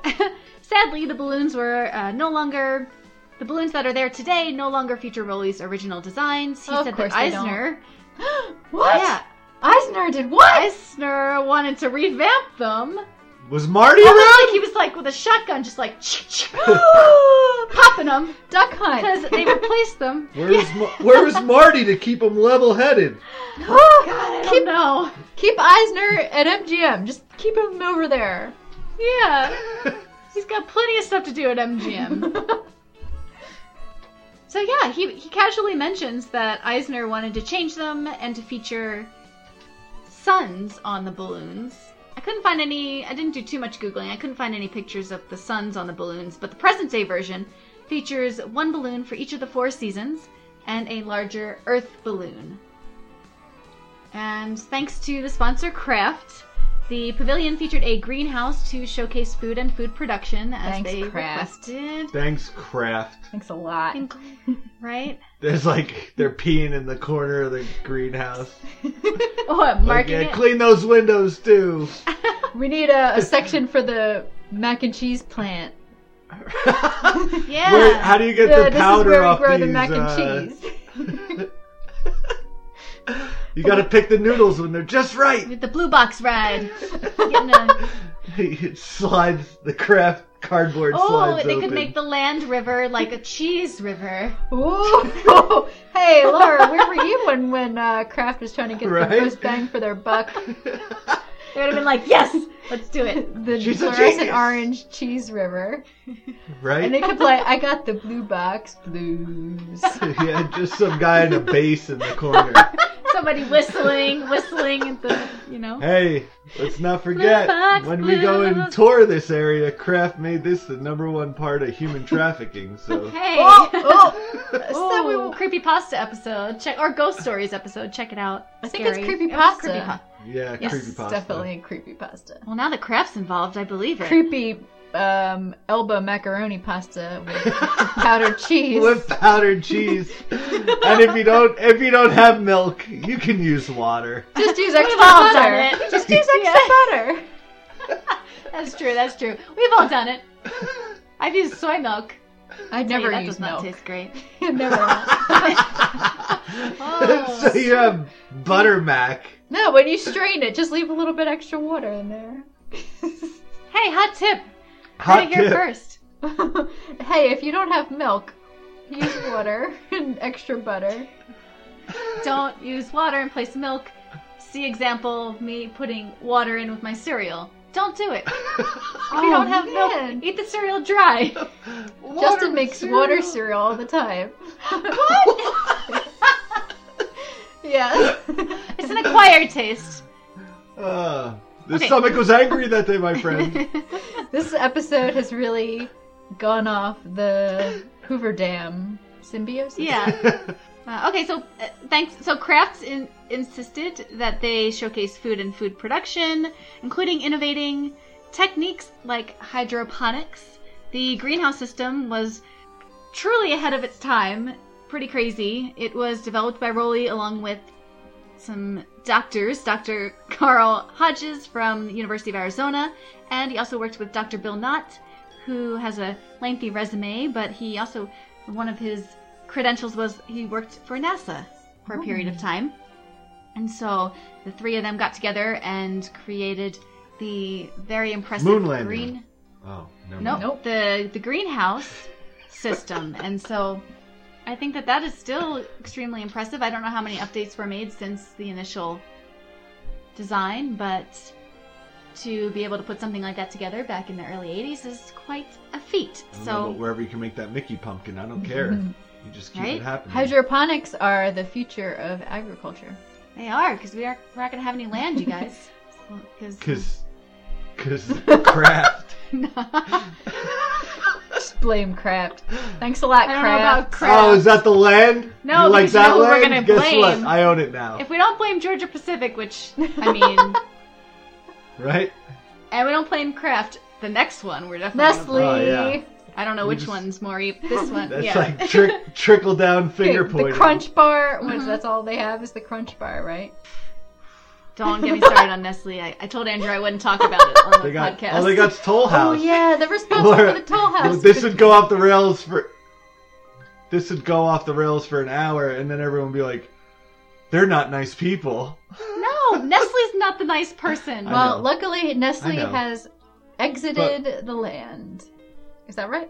F: sadly, the balloons were uh, no longer The balloons that are there today no longer feature Rolly's original designs. He
E: Of
F: said that
E: course they don't.
F: Eisner,
E: what?
F: yeah,
E: Eisner did what?
F: Eisner wanted to revamp them.
D: Was Marty
F: Almost
D: around?
F: like Oh he was like with a shotgun, just like popping them
E: Duck Hunt.
F: because they replaced them.
D: Where was Ma- Where was Marty to keep him level headed?
F: I
E: keep,
F: don't know.
E: keep Eisner at MGM. Just keep him over there.
F: Yeah, he's got plenty of stuff to do at MGM. So yeah, he he casually mentions that Eisner wanted to change them and to feature suns on the balloons. I couldn't find any. I didn't do too much googling. I couldn't find any pictures of the suns on the balloons, but the present day version features one balloon for each of the four seasons and a larger Earth balloon. And thanks to the sponsor Kraft, the pavilion featured a greenhouse to showcase food and food production as
E: Thanks,
F: they
E: Kraft.
F: requested.
D: Thanks, Kraft.
E: Thanks a lot.
F: Right?
D: There's like they're peeing in the corner of the greenhouse.
F: Oh, I'm
D: Like,
F: marking
D: yeah,
F: it.
D: clean those windows too.
E: We need a, a section for the mac and cheese plant.
F: Yeah.
D: Where, how do you get
E: Yeah,
D: the
E: this
D: powder
E: is where we
D: off
E: grow the
D: these,
E: mac and
D: uh,
E: cheese.
D: You gotta pick the noodles when they're just right.
F: With the blue box ride. Getting a-
D: it slides the craft cardboard
F: oh,
D: slides
F: they
D: open.
F: could make the land river like a cheese river.
E: Ooh. hey, Laura, where were you when when uh, Kraft was trying to get the
D: Right?
E: most bang for their buck?
F: They would have been like, yes, let's do it.
E: The
D: She's a
E: fluorescent
D: genius.
E: orange cheese river,
D: right?
E: and they could play "I Got the Blue Box Blues."
D: yeah, just some guy in a bass in the corner.
F: Somebody whistling, whistling at the, you know.
D: hey, let's not forget
F: box
D: when we go and
F: blues.
D: tour this area, Kraft made this the number one part of human trafficking. So
F: Hey.
E: Oh, oh. So we
F: Ooh, creepy pasta episode. Check or ghost stories episode. Check it out.
E: I think it's
F: Scary.
E: creepy
F: It was
E: pasta.
F: creepypa-
D: yeah,
F: Yes,
D: creepy
E: It's
D: pasta.
E: definitely a creepy pasta.
F: Well, now that Kraft's involved, I believe it.
E: Creepy um, elbow macaroni pasta with powdered cheese.
D: With powdered cheese, and if you don't, if you don't have milk, you can use water.
E: Just use
F: We've
E: extra
F: all done
E: butter.
F: it.
E: Just use extra butter.
F: That's true. That's true. We've all done it. I've used soy milk.
E: I
F: Tell you,
E: never
F: that
E: use
F: does not
E: milk.
F: taste great.
E: never.
D: so you have butter mac.
E: No, when you strain it, just leave a little bit extra water in there.
F: Hey, hot tip. Heard
D: Hot
F: it here
D: tip.
F: first.
E: hey, if you don't have milk, use water and extra butter.
F: Don't use water in place of milk. See example me putting water in with my cereal. Don't do it. If you don't have milk, eat the cereal dry.
E: Justin makes water cereal all the time. yeah.
F: It's an acquired taste.
D: Uh, the
F: Okay.
D: stomach was angry that day, my friend.
E: This episode has really gone off the Hoover Dam symbiosis.
F: Yeah.
D: Oh,
F: Uh, okay, so uh, thanks. So Crafts in- insisted that they showcase food and food production, including innovating techniques like hydroponics. The greenhouse system was truly ahead of its time. Pretty crazy. It was developed by Rowley along with some doctors, Dr. Carl Hodges from the University of Arizona, and he also worked with Dr. Bill Knott, who has a lengthy resume, but he also, one of his credentials was he worked for NASA for a period of time. And so the three of them got together and created the very impressive
D: Moon landing.
F: green.
D: Oh, no.
F: Nope.
E: Nope.
F: The the greenhouse system, and so I think that that is still extremely impressive. I don't know how many updates were made since the initial design, but to be able to put something like that together back in the early '80s is quite a feat.
D: So
F: So
D: wherever you can make that Mickey pumpkin, I don't care. You just keep it
F: Right?
D: happening.
E: Hydroponics are the future of agriculture.
F: they are because we are we're not going to have any land, you guys. Because
D: Cause, cause craft.
E: Just blame Kraft. Thanks a lot,
F: I don't know about
E: Kraft.
F: crap.
D: Oh, is that the land?
F: No,
D: you like
F: because you
D: that
F: know who we're
D: land?
F: gonna
D: Guess what?
F: blame.
D: I own it now.
F: if we don't blame Georgia Pacific, which I mean,
D: Right?
F: and we don't blame Kraft, the next one we're definitely. gonna
E: Nestle.
D: Oh, yeah.
F: I don't know
D: We
F: which
D: just-
F: one's more. e- This one,
D: That's
F: yeah.
D: like trick, trickle down
E: Okay,
D: finger
E: the
D: pointing.
E: Crunch Bar. What is, that's all they have is the Crunch Bar, right?
F: Don't get me started on Nestle. I, I told Andrew I wouldn't talk about it on the
D: They got,
F: podcast.
D: all they got's Toll House.
E: Oh yeah, they're Oh, responsible
D: Laura,
E: for the toll house.
D: This would go off the rails for this would go off the rails for an hour, and then everyone would be like, "They're not nice people."
F: No, Nestle's not the nice person.
D: I
E: Well,
D: know.
E: luckily Nestle
D: I know.
E: has exited the land. Is that right?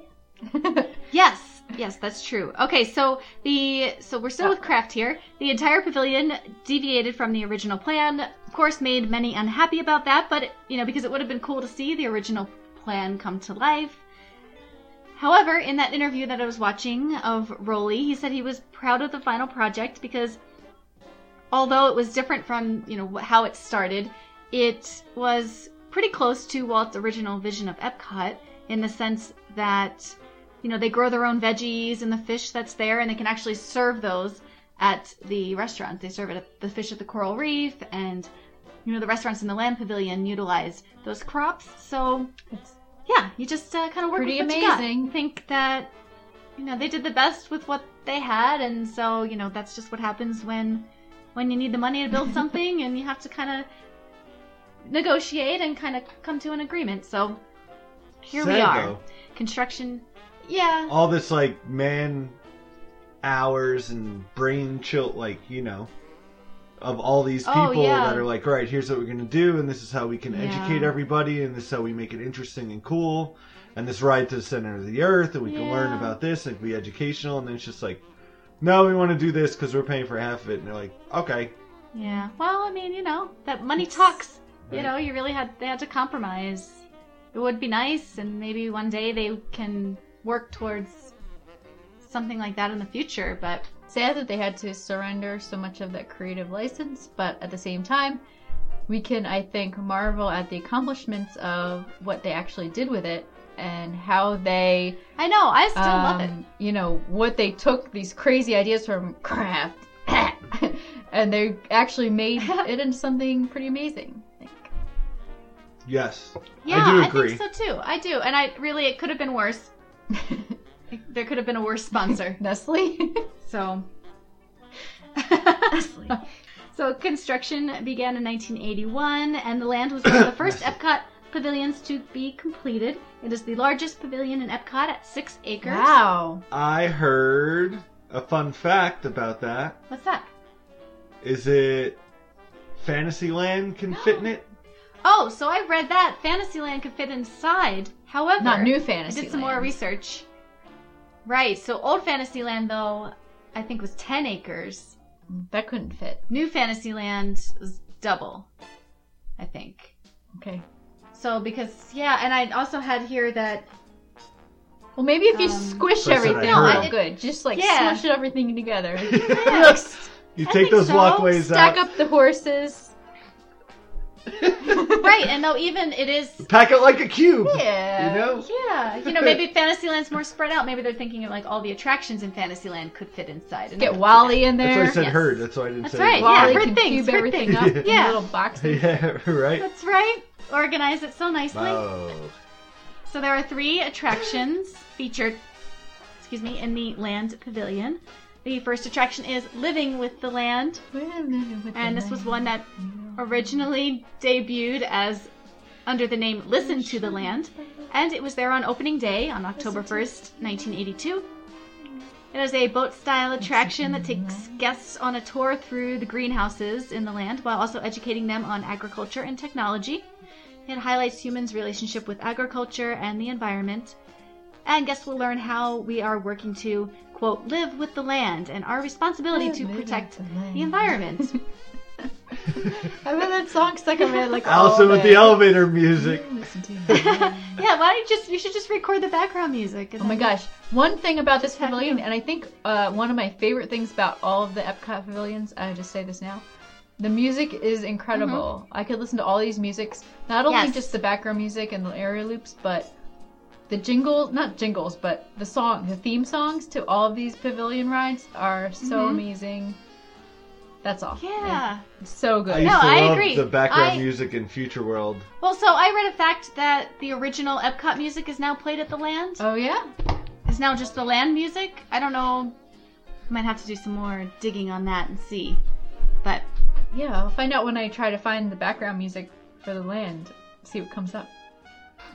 F: Yes, yes, that's true. Okay, so the so we're still with craft here. The entire pavilion deviated from the original plan. Of course, made many unhappy about that, but you know because it would have been cool to see the original plan come to life. However, in that interview that I was watching of Rolly, he said he was proud of the final project because although it was different from you know how it started, it was pretty close to Walt's original vision of Epcot in the sense that you know, they grow their own veggies and the fish that's there, and they can actually serve those at the restaurants. They serve it at the fish at the coral reef, and you know, the restaurants in the land pavilion utilize those crops. So,
E: It's-
F: yeah, you just uh, kind of work
E: Pretty
F: with what you got.
E: amazing.
F: Think that you know they did the best with what they had, and so you know that's just what happens when when you need the money to build something, and you have to kind of negotiate and kind of come to an agreement. So here we
D: Sad,
F: are,
D: though.
F: construction. Yeah.
D: All this like man hours and brain chill, like you know, of all these people
F: Oh, yeah.
D: that are like, "All right, here's what we're gonna do, and this is how we can
F: Yeah.
D: educate everybody, and this is how we make it interesting and cool, and this ride to the center of the earth, and we can learn
F: Yeah.
D: about this, and it can be educational." And then it's just like, "No, we want to do this because we're paying for half of it," and they're like, "Okay."
F: Yeah. Well, I mean, you know, that money talks. You know, you really had they had to compromise. It would be nice, and maybe one day they can work towards something like that in the future. But
E: Sad that they had to surrender so much of that creative license, but at the same time, we can, I think, marvel at the accomplishments of what they actually did with it and how they
F: I know I still love it.
E: um, You know what they took these crazy ideas from craft, and they actually made it into something pretty amazing. I think.
D: Yes.
F: Yeah,
D: do agree.
F: think so too. I do, and I really it could have been worse. It- there could have been a worse sponsor.
E: Nestle.
F: So. So construction began in 1981, and the land was one of the first Epcot pavilions to be completed. It is the largest pavilion in Epcot at six acres.
E: wow.
D: I heard a fun fact about that.
F: What's that?
D: Is it Fantasyland can fit in it?
F: Oh, so I read that Fantasyland could fit inside. However,
E: Not new
F: I
E: fantasy.
F: did some more research. Right. So old Fantasyland though, I think was 10 acres.
E: That couldn't fit.
F: New Fantasyland is double, I think.
E: Okay.
F: So because yeah, and I also had here that
E: Well, maybe if you
F: Um,
E: squish
D: So I said I
E: everything,
D: heard.
E: real good. Just like
F: Yeah.
E: smush everything together.
F: Yeah.
E: Like, s-
D: You
F: I
D: take
F: think
D: those
F: so.
D: walkways
E: stack
D: out,
E: up the horses.
F: right, and though even it is
D: pack it like a cube.
E: Yeah.
D: You know?
F: Yeah, you know, maybe Fantasyland's more spread out. Maybe they're thinking of like all the attractions in Fantasyland could fit inside. And
E: Get Wally in
D: That's why I
E: there.
D: said
F: yes.
D: heard. That's why I didn't
F: That's
D: say
F: right, yeah.
E: Wally
F: heard
E: can
F: things,
E: cube
F: heard
E: everything
F: things.
E: up in
F: Yeah.
E: little boxes.
D: Yeah, right?
F: That's right. Organize it so nicely.
D: Oh.
F: So there are three attractions featured, excuse me, in the Land Pavilion. The first attraction is Living with the Land, and this was one that originally debuted as under the name Listen to the Land, and it was there on opening day on October 1st, 1982. It is a boat style attraction that takes guests on a tour through the greenhouses in the land while also educating them on agriculture and technology. It highlights humans' relationship with agriculture and the environment. And guests will learn how we are working to, quote, live with the land and our responsibility to
E: Live with
F: protect
E: the land.
F: the environment.
E: I mean, that song stuck in my head like
D: Allison
E: all
D: with
E: day.
D: the elevator music.
E: Listen to it.
F: Yeah, why don't you just you should just record the background music.
E: oh my gosh! One thing about this pavilion, and I think uh, one of my favorite things about all of the Epcot pavilions, I just say this now, the music is incredible. I could listen to all these musics, not only
F: Yes.
E: just the background music and the area loops, but the jingle, not jingles, but the song, the theme songs to all of these pavilion rides are so
F: Mhm.
E: amazing. That's all.
F: Yeah.
E: It's so good.
D: I used
F: No,
D: to
F: I
D: love
F: agree.
D: the background
F: I-
D: music in Future World.
F: Well, so I read a fact that the original Epcot music is now played at the land.
E: Oh yeah.
F: Is now just the land music. I don't know. Might have to do some more digging on that and see. But
E: Yeah, I'll find out when I try to find the background music for the land. See what comes up.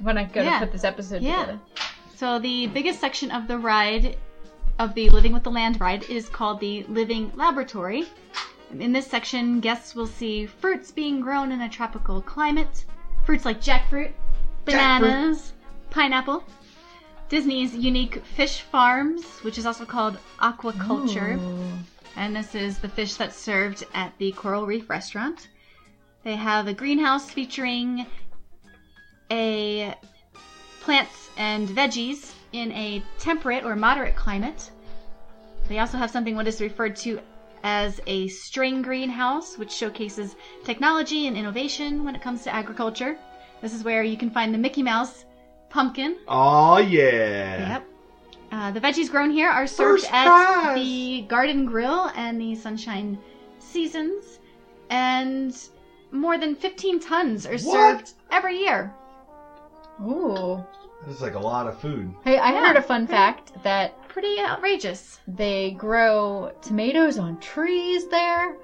E: When I go to
F: Yeah.
E: put this episode
F: Yeah.
E: together.
F: so the biggest section of the ride of the Living with the Land ride is called the Living Laboratory. In this section, guests will see fruits being grown in a tropical climate. Fruits like jackfruit, bananas, pineapple. Disney's unique fish farms, which is also called aquaculture. And this is the fish that's served at the Coral Reef restaurant. They have a greenhouse featuring a plants and veggies in a temperate or moderate climate. They also have something what is referred to as a string greenhouse, which showcases technology and innovation when it comes to agriculture. This is where you can find the Mickey Mouse pumpkin.
D: Aw, yeah.
F: Yep. Uh, the veggies grown here are served
D: First
F: at
D: prize.
F: the Garden Grill and the Sunshine Seasons, and more than 15 tons are served every year.
E: Ooh.
D: This is like a lot of food.
E: Hey, I
F: Yeah.
E: heard a fun fact that
F: Pretty outrageous.
E: they grow tomatoes on trees there,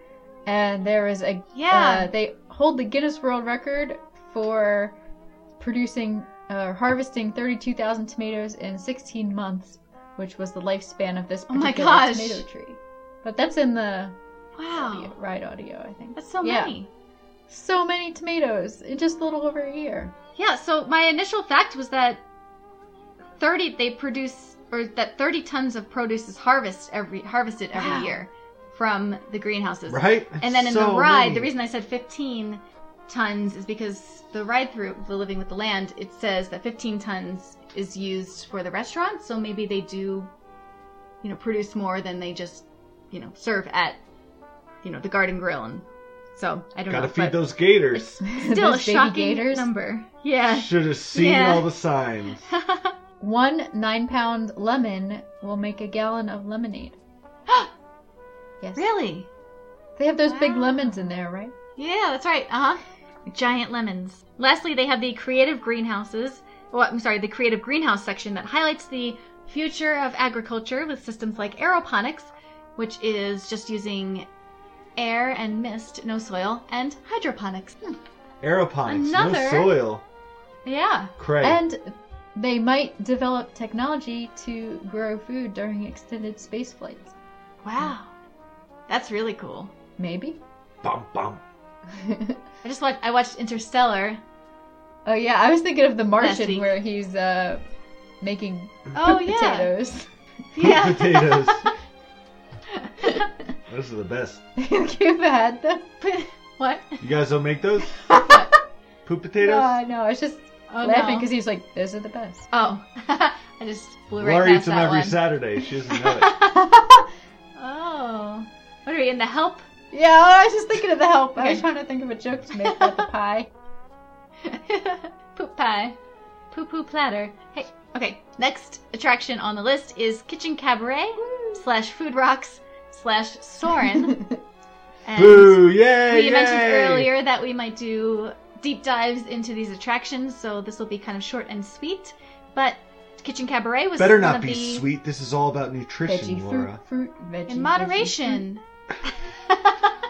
E: and there is a
F: Yeah.
E: uh, they hold the Guinness World Record for producing uh, harvesting 32,000 tomatoes in 16 months, which was the lifespan of this
F: Oh
E: particular
F: my gosh.
E: tomato tree. But that's in the
F: Wow.
E: ride audio, I think.
F: Oh. That's so
E: Yeah.
F: many.
E: So many tomatoes in just a little over a year.
F: Yeah, so my initial fact was that 30 they produce or that 30 tons of produce is harvest every harvested every
E: Wow.
F: year from the greenhouses.
D: Right?
F: And then in
D: So
F: the ride,
D: many.
F: the reason I said 15 tons is because the ride through the Living with the Land, it says that 15 tons is used for the restaurant, so maybe they do, you know, produce more than they just, you know, serve at, you know, the Garden Grill, and so I don't
D: Gotta
F: know.
D: feed
F: but
D: those gators.
F: still a
E: Those baby
F: shocking
E: gators.
F: number. Yeah.
D: Should have seen
F: Yeah.
D: all the signs.
E: One nine pound lemon will make a gallon of lemonade. yes.
F: really?
E: They have those big
F: Wow.
E: lemons in there, right?
F: Yeah, that's right. Uh huh. Giant lemons. Lastly, they have the creative greenhouses. Well, I'm sorry, the creative greenhouse section that highlights the future of agriculture with systems like aeroponics, which is just using air and mist, no soil, and hydroponics.
E: Hmm.
D: Aeroponics,
F: Another-
D: no soil.
F: Yeah.
D: Craig.
E: And they might develop technology to grow food during extended space flights.
F: Wow.
E: Hmm.
F: That's really cool.
E: Maybe.
D: Bum, bum.
F: I just watched. I watched Interstellar.
E: oh yeah, I was thinking of the Martian
F: week.
E: where he's uh making
F: Oh
E: poop
F: yeah.
E: potatoes.
F: Yeah.
D: potatoes. those are the best.
E: You've had them.
F: what?
D: You guys don't make those? Poop potatoes?
E: No, no, I was just
F: Oh,
E: laughing
F: no.
E: because he's like, those are the best.
F: Oh, I just blew right
D: Laura
F: past
D: eats them
F: that
D: every
F: one.
D: Saturday. She doesn't know it.
F: oh, what are we in the help?
E: Yeah, I was just thinking of the help. I was
F: Okay.
E: trying to think of a joke to make about the pie.
F: Poop pie, poo poo platter. Hey, okay. Next attraction on the list is Kitchen Cabaret slash Food Rocks slash Soren. And
D: Boo! Yay!
F: we mentioned
D: yay.
F: earlier that we might do deep dives into these attractions, so this will be kind of short and sweet. But Kitchen Cabaret was
D: Better
F: one
D: not
F: of
D: be
F: the
D: sweet. This is all about nutrition,
E: Veggie
D: Laura.
E: fruit, fruit, veggie.
F: in
E: veggie,
F: moderation.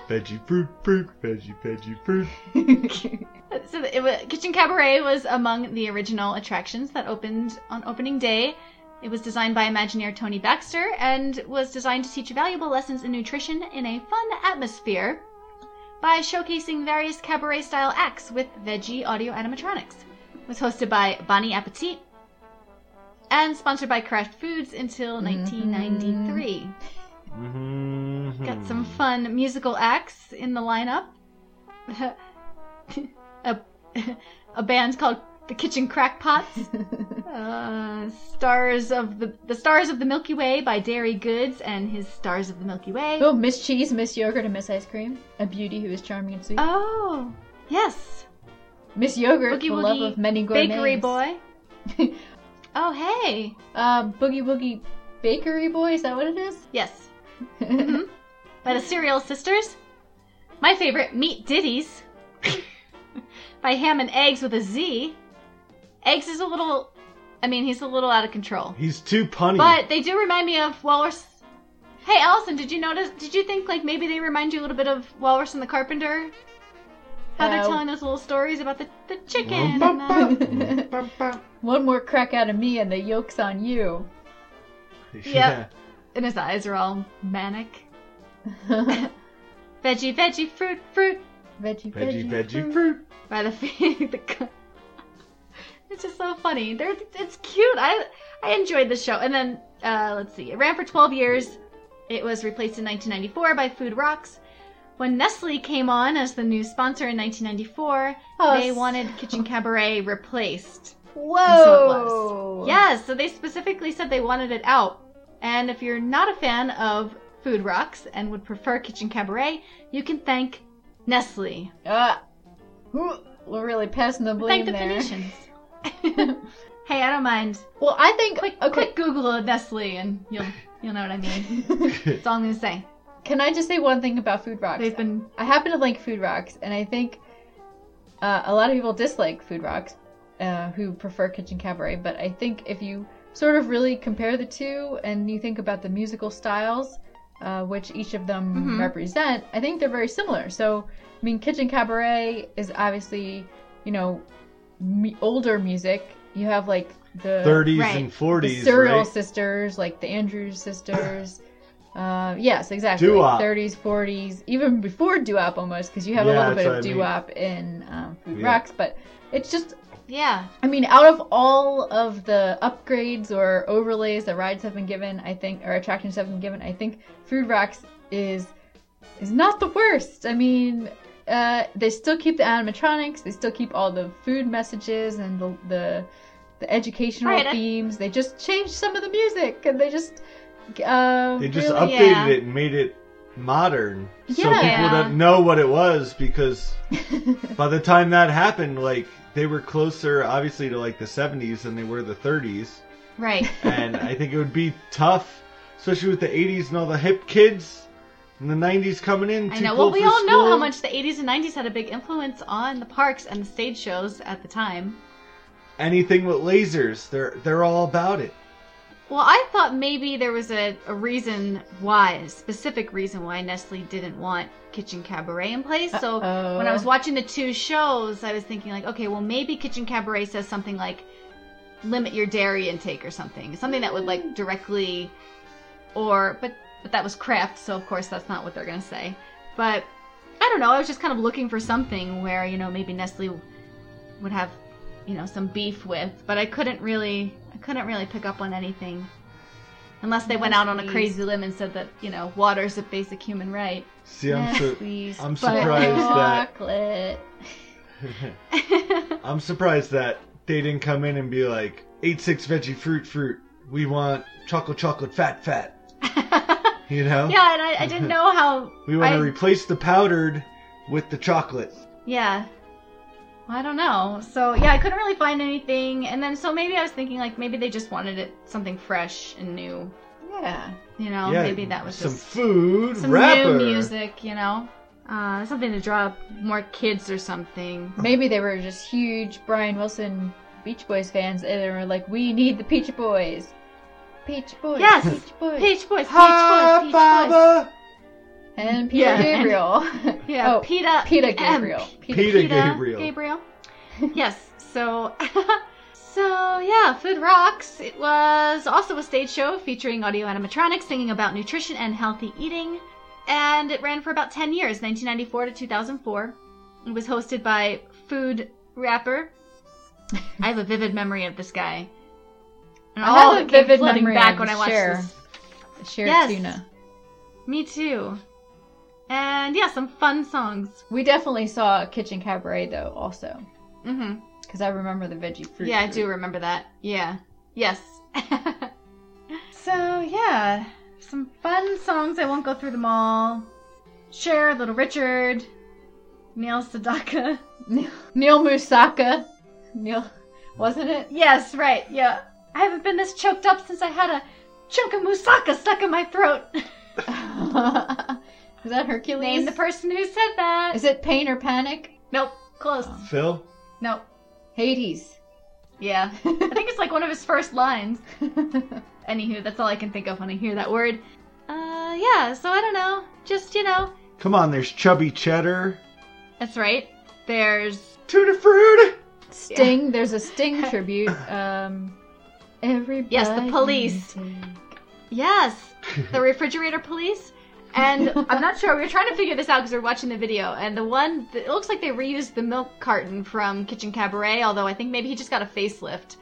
D: Veggie fruit, fruit, veggie, veggie fruit.
E: fruit.
F: So it wa Kitchen Cabaret was among the original attractions that opened on opening day. It was designed by Imagineer Tony Baxter and was designed to teach valuable lessons in nutrition in a fun atmosphere by showcasing various cabaret style acts with veggie audio animatronics. It was hosted by Bonnie Appetit and sponsored by Kraft Foods until 1993
D: Mm-hmm.
F: got
E: Hmm.
F: some fun musical acts in the lineup. a, a band called the Kitchen Crackpots. uh, stars of the the Stars of the Milky Way by Dairy Goods and his Stars of the Milky Way.
E: oh, Miss Cheese, Miss Yogurt, and Miss Ice Cream. A beauty who is charming and sweet.
F: Oh, yes,
E: Miss Yogurt,
F: Boogie
E: the
F: Woogie
E: love of many gourmets.
F: Bakery Boy. oh, hey,
E: Uh, Boogie Woogie Bakery Boy, is that what it is?
F: yes, Mhm. by the Cereal Sisters. My favorite, Meat Ditties. by Ham and Eggs with a Z. Eggs is a little, I mean, he's a little out of control.
D: He's too punny.
F: But they do remind me of Walrus. Hey, Allison, did you notice? Did you think like maybe they remind you a little bit of Walrus and the Carpenter? How they're
E: No.
F: telling those little stories about the, the chicken.
D: Bum,
F: and the...
D: Mm-hmm.
E: One more crack out of me and the yolk's on you.
D: yeah.
F: Yep. and his eyes are all manic. Veggie, veggie, fruit, fruit.
E: Veggie,
D: Veggie,
E: veggie,
D: veggie, fruit.
F: By the feet. The... co- It's just so funny. They're, it's cute. I I enjoyed the show. And then uh, let's see. It ran for 12 years. It was replaced in 1994 by Food Rocks. When Nestle came on as the new sponsor in 1994,
E: Oh,
F: they
E: s-
F: wanted Kitchen Cabaret replaced.
E: Whoa.
F: was. Yes, so they specifically said they wanted it out. And if you're not a fan of Food Rocks and would prefer Kitchen Cabaret, you can thank Nestle.
E: Ah. Ooh, we're really passing the blame
F: Thank the
E: there.
F: Phoenicians. hey, I don't mind.
E: Well, I think. okay.
F: Quick Google of Nestle and you'll you'll know what I mean. That's all I'm gonna say.
E: Can I just say one thing about Food Rocks?
F: They've been
E: I happen to like Food Rocks, and I think uh, a lot of people dislike Food Rocks uh, who prefer Kitchen Cabaret. But I think if you sort of really compare the two and you think about the musical styles, uh, which each of them
F: Mhm.
E: represent, I think they're very similar. So, I mean, Kitchen Cabaret is obviously, you know, me- older music. You have like the
D: 30s
F: Right.
D: and
E: the
D: 40s,
E: Serial
D: right?
E: Sisters, like the Andrews Sisters. Uh, yes, exactly.
D: Doo-wop.
E: 30s, 40s, even before doo-wop almost, because you have
D: Yeah,
E: a little bit of
D: that's what I
E: doo-wop in um, Food
D: Yeah.
E: Rocks, but it's just,
F: yeah.
E: I mean, out of all of the upgrades or overlays that rides have been given, I think, or attractions have been given, I think Food Rocks is is not the worst. I mean, uh, they still keep the animatronics, they still keep all the food messages and the the, the educational
F: Right, I-
E: themes. They just changed some of the music, and they just um,
D: They just
E: really-
D: updated
F: yeah.
D: it and made it modern, so
E: Yeah.
D: people don't know what it was because by the time that happened, like they were closer, obviously, to like the 70s than they were the 30s,
F: Right.
D: and I think it would be tough, especially with the 80s and all the hip kids. And the 90s coming in.
F: I
D: too
F: know.
D: cool
F: Well, we
D: for
F: all know how
D: school.
F: much the 80s and 90s had a big influence on the parks and the stage shows at the time.
D: anything with lasers. They're they're all about it.
F: Well, I thought maybe there was a, a reason why, a specific reason why Nestle didn't want Kitchen Cabaret in place. So
E: Uh-oh.
F: when I was watching the two shows, I was thinking like, okay, well maybe Kitchen Cabaret says something like limit your dairy intake or something, something that would like directly, or but but that was Kraft, so of course that's not what they're gonna say. But I don't know. I was just kind of looking for something where you know maybe Nestle would have you know some beef with, but I couldn't really I couldn't really pick up on anything unless they went out on a
E: Nestle's.
F: crazy limb and said that you know water's a basic human right.
D: See, I'm
E: Yes,
D: so
E: please.
D: I'm
E: But-
D: surprised that-
E: chocolate.
D: I'm surprised that they didn't come in and be like eight six veggie fruit fruit. We want chocolate chocolate fat fat. You know,
F: Yeah, and I, I didn't know how.
D: we want
F: I-
D: to replace the powdered with the chocolate.
F: Yeah. Well, I don't know. So yeah, I couldn't really find anything, and then so maybe I was thinking like maybe they just wanted it something fresh and new.
E: Yeah.
F: You know, maybe that was
D: some
F: just
D: food
F: some
D: wrapper.
F: new music. You know, uh, something to draw more kids or something.
E: Maybe they were just huge Brian Wilson Beach Boys fans, and they were like, "We need the Peach Boys." Peach Boys.
F: Yes.
E: Peach Boys.
F: Peach boys, peach boys,
D: Hi,
F: peach boys.
D: Baba.
E: And Peter
F: Yeah, and-
E: Gabriel.
F: Yeah,
E: Oh,
F: Peta,
E: Peter
F: um,
E: Gabriel.
D: Peter
F: Peta
D: Gabriel.
F: Gabriel. yes. So, so yeah, Food Rocks. It was also a stage show featuring audio animatronics singing about nutrition and healthy eating, and it ran for about ten years, 1994 to 2004. It was hosted by food rapper. I have a vivid memory of this guy. And
E: I
F: all
E: have a
F: that came
E: vivid
F: flooding
E: memory
F: back
E: of
F: when I watched
E: Cher.
F: this.
E: Cher
F: Yes.
E: Tuna.
F: Me too. And yeah, some fun songs.
E: We definitely saw Kitchen Cabaret though, also,
F: Mm-hmm.
E: because I remember the veggie fruit.
F: Yeah, I do
E: fruit.
F: remember that. Yeah. Yes. so, yeah. Some fun songs. I won't go through them all. Cher, Little Richard, Neil Sedaka.
E: Neil Musaka. Neil, wasn't it?
F: Yes, right. Yeah. I haven't been this choked up since I had a chunk of moussaka stuck in my throat.
E: Is that Hercules?
F: Name the person who said that.
E: Is it Pain or Panic?
F: Nope. Close.
D: Phil.
F: Nope.
E: Hades.
F: Yeah. I think it's like one of his first lines. Anywho, that's all I can think of when I hear that word. Uh, yeah, so I don't know. Just, you know,
D: Come on, there's chubby cheddar.
F: That's right. There's
D: Tuna fruit.
E: Sting. There's a Sting tribute. Um, everybody.
F: Yes, the police.
E: take
F: Yes, the refrigerator police. And I'm not sure. We were trying to figure this out because we were watching the video. And the one, it looks like they reused the milk carton from Kitchen Cabaret, although I think maybe he just got a facelift.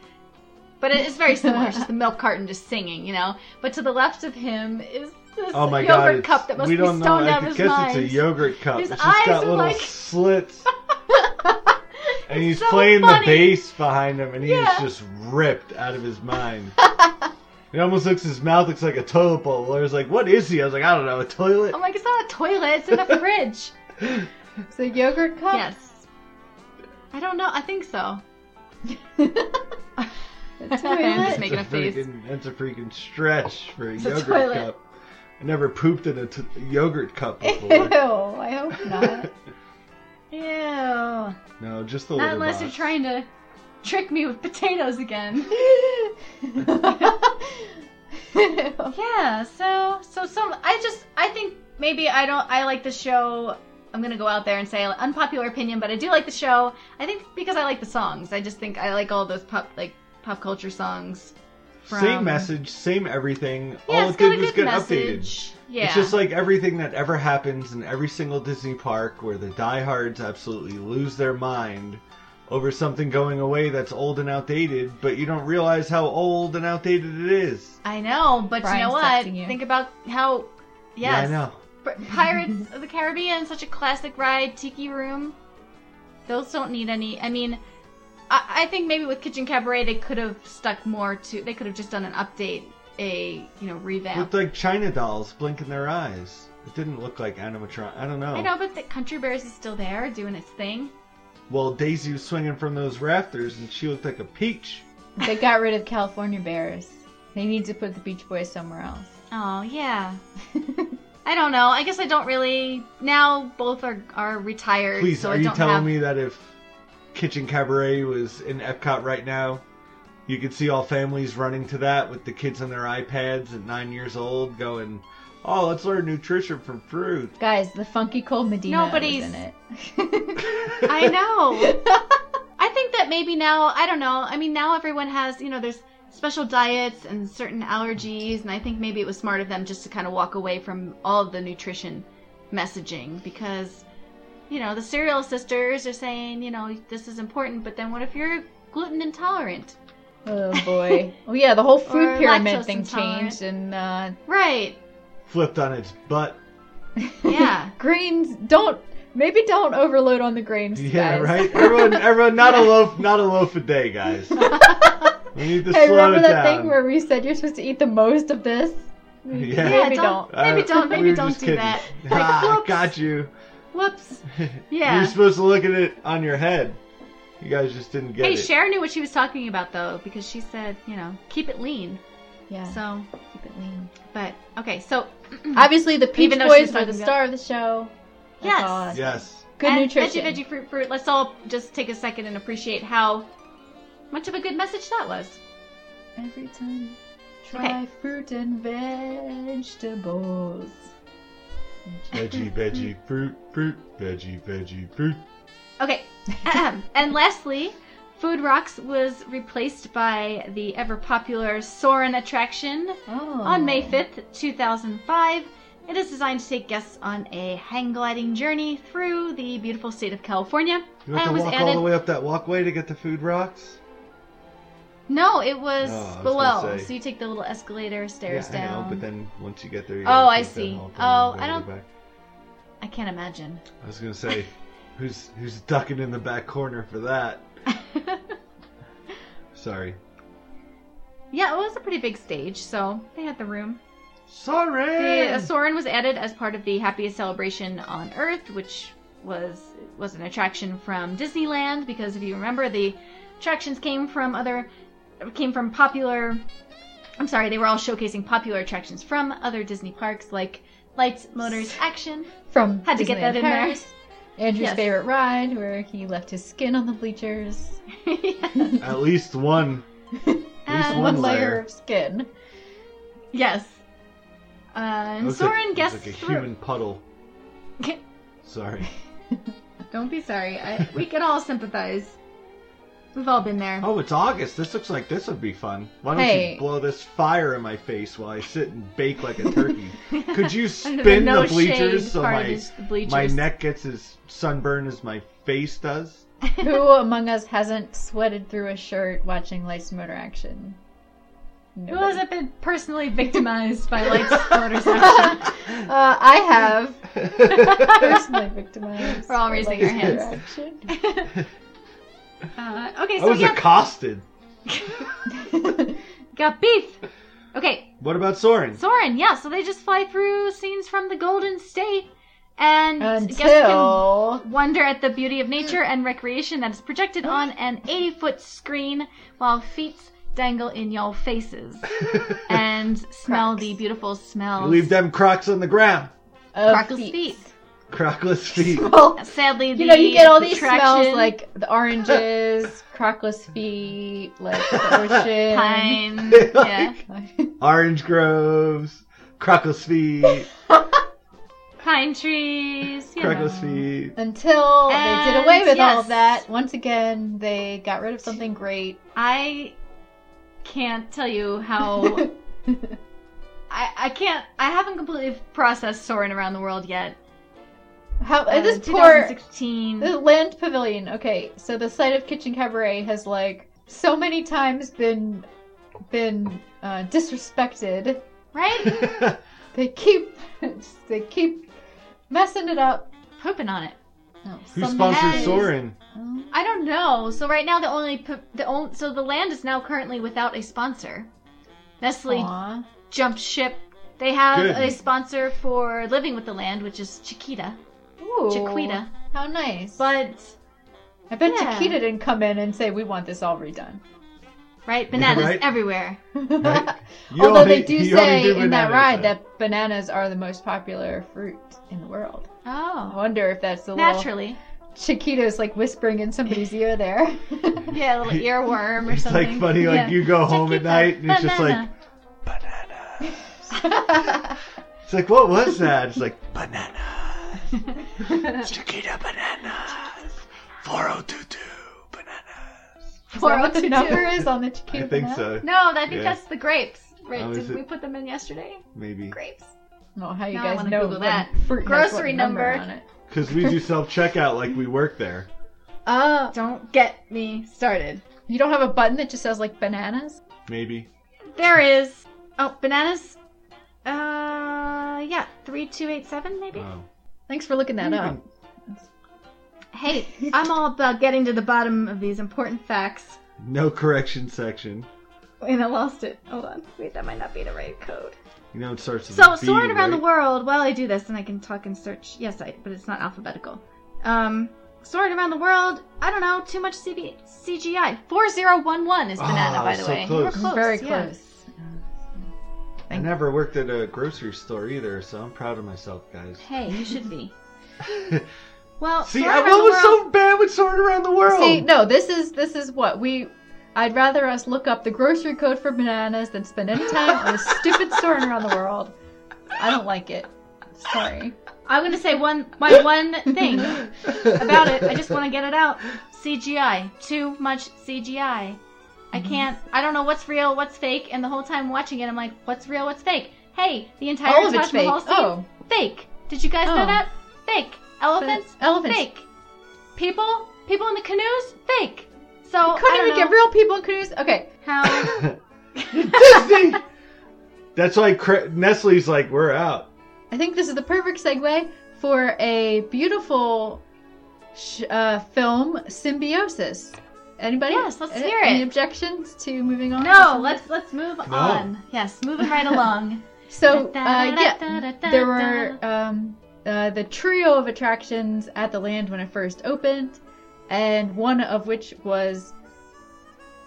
F: But it is very similar. it's just the milk carton just singing, you know? But to the left of him is this
D: Oh my god!
F: yogurt
D: it's-
F: cup that must
D: we
F: be
D: don't
F: stoned
D: know. I
F: out of his
D: guess
F: mind.
D: it's a yogurt cup.
F: His
D: it's just
F: eyes
D: got
F: are
D: little
F: like-
D: slits. and he's
F: so
D: playing
F: funny.
D: the bass behind him, and he
F: Yeah.
D: is just ripped out of his mind. it almost looks his mouth looks like a toilet bowl. I was like, "What is he?" I was like, "I don't know, a toilet."
F: I'm like, Oh it's not a toilet, it's in a fridge.
E: It's a yogurt cup.
F: Yes. I don't know. I think so.
E: A
F: I'm
E: toilet.
F: just making a
D: That's
F: face.
D: freaking- That's a freaking stretch for a
F: a
D: yogurt
F: toilet.
D: cup. I never pooped in a t- yogurt cup before.
E: Ew, I hope not.
F: Ew. Not
D: no, just the litter
F: unless you're
D: box.
F: trying to trick me with potatoes again. yeah. So, so some. I just. I think maybe I don't. I like the show. I'm gonna go out there and say unpopular opinion, but I do like the show. I think because I like the songs. I just think I like all those pop like pop culture songs.
D: Same
F: from-
D: message, same everything.
F: Yeah,
D: All
F: it's
D: it
F: got a
D: did was
F: good
D: get updated.
F: message. Yeah.
D: It's just like everything that ever happens in every single Disney park where the diehards absolutely lose their mind over something going away that's old and outdated, but you don't realize how old and outdated it is.
F: I know, but you
E: Brian's
F: know what?
E: texting you.
F: Think about how. Yes.
D: Yeah, I know.
F: Pir- Pirates of the Caribbean, such a classic ride, Tiki Room. Those don't need any. I mean, I, I think maybe with Kitchen Cabaret they could have stuck more to. They could have just done an update, a you know revamp.
D: Looked like China dolls blinking their eyes. It didn't look like animatron. I don't know.
F: I know, but the Country Bears is still there doing its thing.
D: Well, Daisy was swinging from those rafters, and she looked like a peach.
E: they got rid of California Bears. They need to put the Beach Boys somewhere else.
F: Oh yeah. I don't know. I guess I don't really. Now both are are retired,
D: Please,
F: so
D: are
F: I
D: you
F: don't
D: telling
F: have.
D: me that if Kitchen Cabaret was in Epcot right now, you could see all families running to that with the kids on their iPads at nine years old, going, "Oh, let's learn nutrition from fruit."
E: Guys, the funky cold Medina
F: Nobody's-
E: was in it.
F: I know. I think that maybe now, I don't know. I mean, now everyone has, you know, there's special diets and certain allergies, and I think maybe it was smart of them just to kind of walk away from all of the nutrition messaging because, you know, the cereal sisters are saying, you know, this is important, but then what if you're gluten intolerant?
E: Oh boy. oh yeah, the whole
F: Or
E: food pyramid
F: lactose
E: thing
F: intolerant.
E: changed, and uh,
F: Right.
D: Flipped on its butt.
F: Yeah.
E: grains don't. Maybe don't overload on the grains,
D: Yeah,
E: guys.
D: right. Everyone, everyone, not a loaf, not a loaf a day, guys. we need to
E: Hey,
D: slow it
E: remember that
D: down.
E: thing where we said you're supposed to eat the most of this?
D: Yeah.
E: Maybe
F: Yeah,
E: don't.
F: don't- Maybe don't-
D: Uh, we
F: maybe
D: were
F: don't
D: just
F: do
D: kidding.
F: that. Like,
D: Ah,
F: whoops.
D: got you.
F: Whoops.
D: You're
F: Yeah.
D: supposed to look at it on your head. You guys just didn't get
F: Hey,
D: it.
F: Cher knew what she was talking about, though, because she said, you know, keep it lean.
E: Yeah.
F: So,
E: keep it lean.
F: but, okay, so
E: Obviously, the Peach
F: Even though she's
E: Boys were
F: talking
E: the
F: about-
E: star of the show. That's
F: Yes.
E: all I-
D: Yes.
E: Good
F: and
E: nutrition.
F: Veggie, veggie, fruit, fruit. Let's all just take a second and appreciate how much of a good message that was.
E: Every time.
F: Okay.
E: Try fruit and vegetables.
D: Veggie, veggie, fruit, fruit. Veggie, veggie, fruit.
F: Okay. Ahem. and lastly, Food Rocks was replaced by the ever popular Soren attraction
E: Oh.
F: on May 5th, 2005. It is designed to take guests on a hang gliding journey through the beautiful state of California.
D: You have
F: and
D: to
F: was
D: walk all
F: added-
D: the way up that walkway to get to Food Rocks?
F: No, it was,
D: Oh, I was gonna
F: below.
D: say.
F: So you take the little escalator stairs
D: yeah,
F: down.
D: I know, but then once you get there, you
F: Oh,
D: gotta
F: I
D: take that
F: see.
D: whole thing
F: Oh,
D: and go
F: I don't-
D: back.
F: I can't imagine.
D: I was gonna say, who's who's ducking in the back corner for that? Sorry.
F: Yeah, it was a pretty big stage, so they had the room.
D: Sorry.
F: The uh, Soren was added as part of the happiest celebration on Earth, which was was an attraction from Disneyland because if you remember, the attractions came from other came from popular. I'm sorry, they were all showcasing popular attractions from other Disney parks like Lights, Motors, Action.
E: From
F: Had to get
E: Disneyland
F: that in there.
E: Paris, Andrew's
F: Yes.
E: favorite ride, where he left his skin on the bleachers.
D: At least one. At least
F: And
D: one,
E: One layer
D: layer.
E: of skin.
F: Yes. Uh, and
D: Looks
F: Soren
D: like,
F: guests
D: looks like a
F: through-
D: human puddle. Sorry.
F: Don't be sorry. I, we can all sympathize. We've all been there.
D: Oh, it's August. This looks like this would be fun. Why don't
E: Hey.
D: you blow this fire in my face while I sit and bake like a turkey? Could you
F: And
D: spin
F: no
D: the bleachers
F: shade
D: so
F: part
D: my,
F: of this- the bleachers.
D: my neck gets as sunburned as my face does?
E: Who among us hasn't sweated through a shirt watching Lights Motor Action?
F: Who
E: Nobody.
F: hasn't been personally victimized by lights, motors, action?
E: Uh, I have personally victimized.
F: We're all raising our hands.
E: hands.
F: Uh, okay,
D: I
F: so
D: was
F: yeah,
D: accosted.
F: got beef. Okay,
D: What about Soren?
F: Soren. Yeah, so they just fly through scenes from the Golden State, and guests can
E: Until
F: wonder at the beauty of nature and recreation that is projected on an 80-foot screen, while feet dangle in your faces, and smell the beautiful smells.
D: Leave them crocs on the ground.
E: of
F: Crackles feet.
D: Crockless feet.
E: Well,
F: Sadly, the
E: you know, you get all these
F: attraction-
E: smells like the oranges, crockless feet, like the ocean.
F: pine.
D: They
F: yeah,
D: Orange groves. Crockless feet.
F: pine trees. You know.
D: Crockless feet.
E: Until they did
F: And
E: away with all
F: yes.
E: of that. Once again, they got rid of something great.
F: I can't tell you how. I, I can't. I haven't completely processed Soren around the world yet.
E: How
F: Uh,
E: this poor
F: 2016.
E: The land pavilion. Okay, so the site of Kitchen Cabaret has like so many times been been uh, disrespected.
F: Right?
E: They keep they keep messing it up.
F: Pooping on it.
E: Oh,
D: Who
E: some-
D: sponsors
F: has-
D: Soren?
F: I don't know. So right now the only po- the only so the land is now currently without a sponsor. Nestle
E: Aw.
F: jumped ship. They have
D: Good.
F: a sponsor for living with the land, which is Chiquita.
E: Ooh,
F: Chiquita.
E: How nice.
F: But
E: I bet
F: yeah.
E: Chiquita didn't come in and say we want this all redone.
F: right, bananas
D: Right.
F: everywhere.
D: Right. You
E: Although
D: only-
E: they do
D: you
E: say
D: only do
E: in that
D: bananas,
E: ride
D: though.
E: that bananas are the most popular fruit in the world. I
F: Oh,
E: wonder if that's the little
F: naturally.
E: Chiquita's like whispering in somebody's ear there.
F: Yeah, a little earworm or
D: It's
F: something.
D: like funny,
F: Yeah.
D: like you go home at
F: Chiquita,
D: night and it's just like,
F: banana.
D: it's like, what was that? It's like, banana. Chiquita bananas. 4022 bananas.
E: Is that what the
F: 402.
E: number oh is on the Chiquita?
D: I think
E: banana?
D: so.
F: No, I think
D: Yeah.
F: that's the grapes. Right?
D: Oh, is
F: Did
D: it?
F: we put them in yesterday?
D: Maybe.
F: Grapes.
E: Well, how you
F: Now I
E: guys
F: wanna
E: know
F: Google
E: what
F: that.
E: fruit has
F: Grocery
E: what number,
F: number.
E: on it?
D: Because we do self checkout like we work there.
E: Oh,
F: Don't get me started.
E: you don't have a button that just says like bananas?
D: Maybe.
F: There is. Oh, bananas. Uh, yeah, three two eight seven maybe.
D: Wow.
E: Thanks for looking that up.
F: Hey, I'm all about getting to the bottom of these important facts.
D: No correction section.
F: And I lost it. Hold on. Wait, that might not be the right code.
D: You know, it starts with
F: So,
D: a B,
F: soaring around the
D: right?
F: world. While I do this, and I can talk and search. Yes, I. But it's not alphabetical. Um, soaring around the world. I don't know. Too much CB, CGI. Four zero one one is banana.
D: Ah,
F: by the
D: so
F: way,
D: close.
F: You were close.
E: Very
F: yeah.
E: close.
D: I never worked at a grocery store either, so I'm proud of myself, guys.
F: Hey, you should be. well,
D: See,
F: soaring
D: I,
F: around
D: what
F: the
D: was
F: world-
D: so bad with Sword Around the World?
E: See, no, this is this is what we. I'd rather us look up the grocery code for bananas than spend any time on a stupid store around the world. I don't like it. Sorry.
F: I'm gonna say one my one thing about it. I just want to get it out. CGI, too much CGI. I
D: Mm-hmm.
F: can't. I don't know what's real, what's fake, and the whole time watching it, I'm like, what's real, what's fake? Hey, the entire
E: All of
F: Taj
E: it's fake.
F: Mahal scene,
E: Oh,
F: fake. Did you guys
E: Oh.
F: know that? Fake. Elephants,
E: elephants.
F: fake. People, people in the canoes, fake. So
E: Couldn't
F: I don't
E: even
F: know
E: get real people in canoes. Okay.
F: how.
D: Disney. That's why Cra- Nestle's like, we're out.
E: I think this is the perfect segue for a beautiful sh- uh, film, Symbiosis. Anybody?
F: Yes, let's
E: Any-
F: hear
E: Any
F: it.
E: objections to moving on?
F: No, let's let's move on. Yes, moving right along.
E: So, uh, yeah, there were um, uh, the trio of attractions at the land when it first opened, and one of which was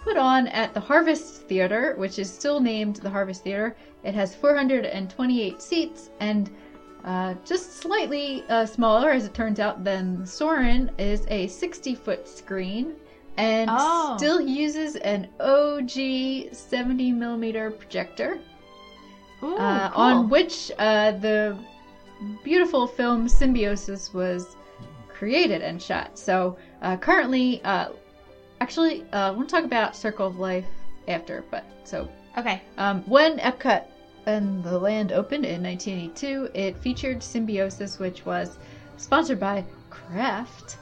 E: put on at the Harvest Theater, which is still named the Harvest Theater. It has 428 seats and uh, just slightly uh, smaller, as it turns out, than Soren is a 60 foot screen and
F: Oh.
E: still uses an OG 70 millimeter projector
F: Ooh,
E: uh,
F: Oh, cool.
E: on which uh, the beautiful film Symbiosis was created and shot. So uh, currently, uh, Actually, uh, I want to talk about Circle of Life after, but so
F: Okay.
E: Um, when Epcot and the land opened in 1982, it featured Symbiosis, which was sponsored by Kraft.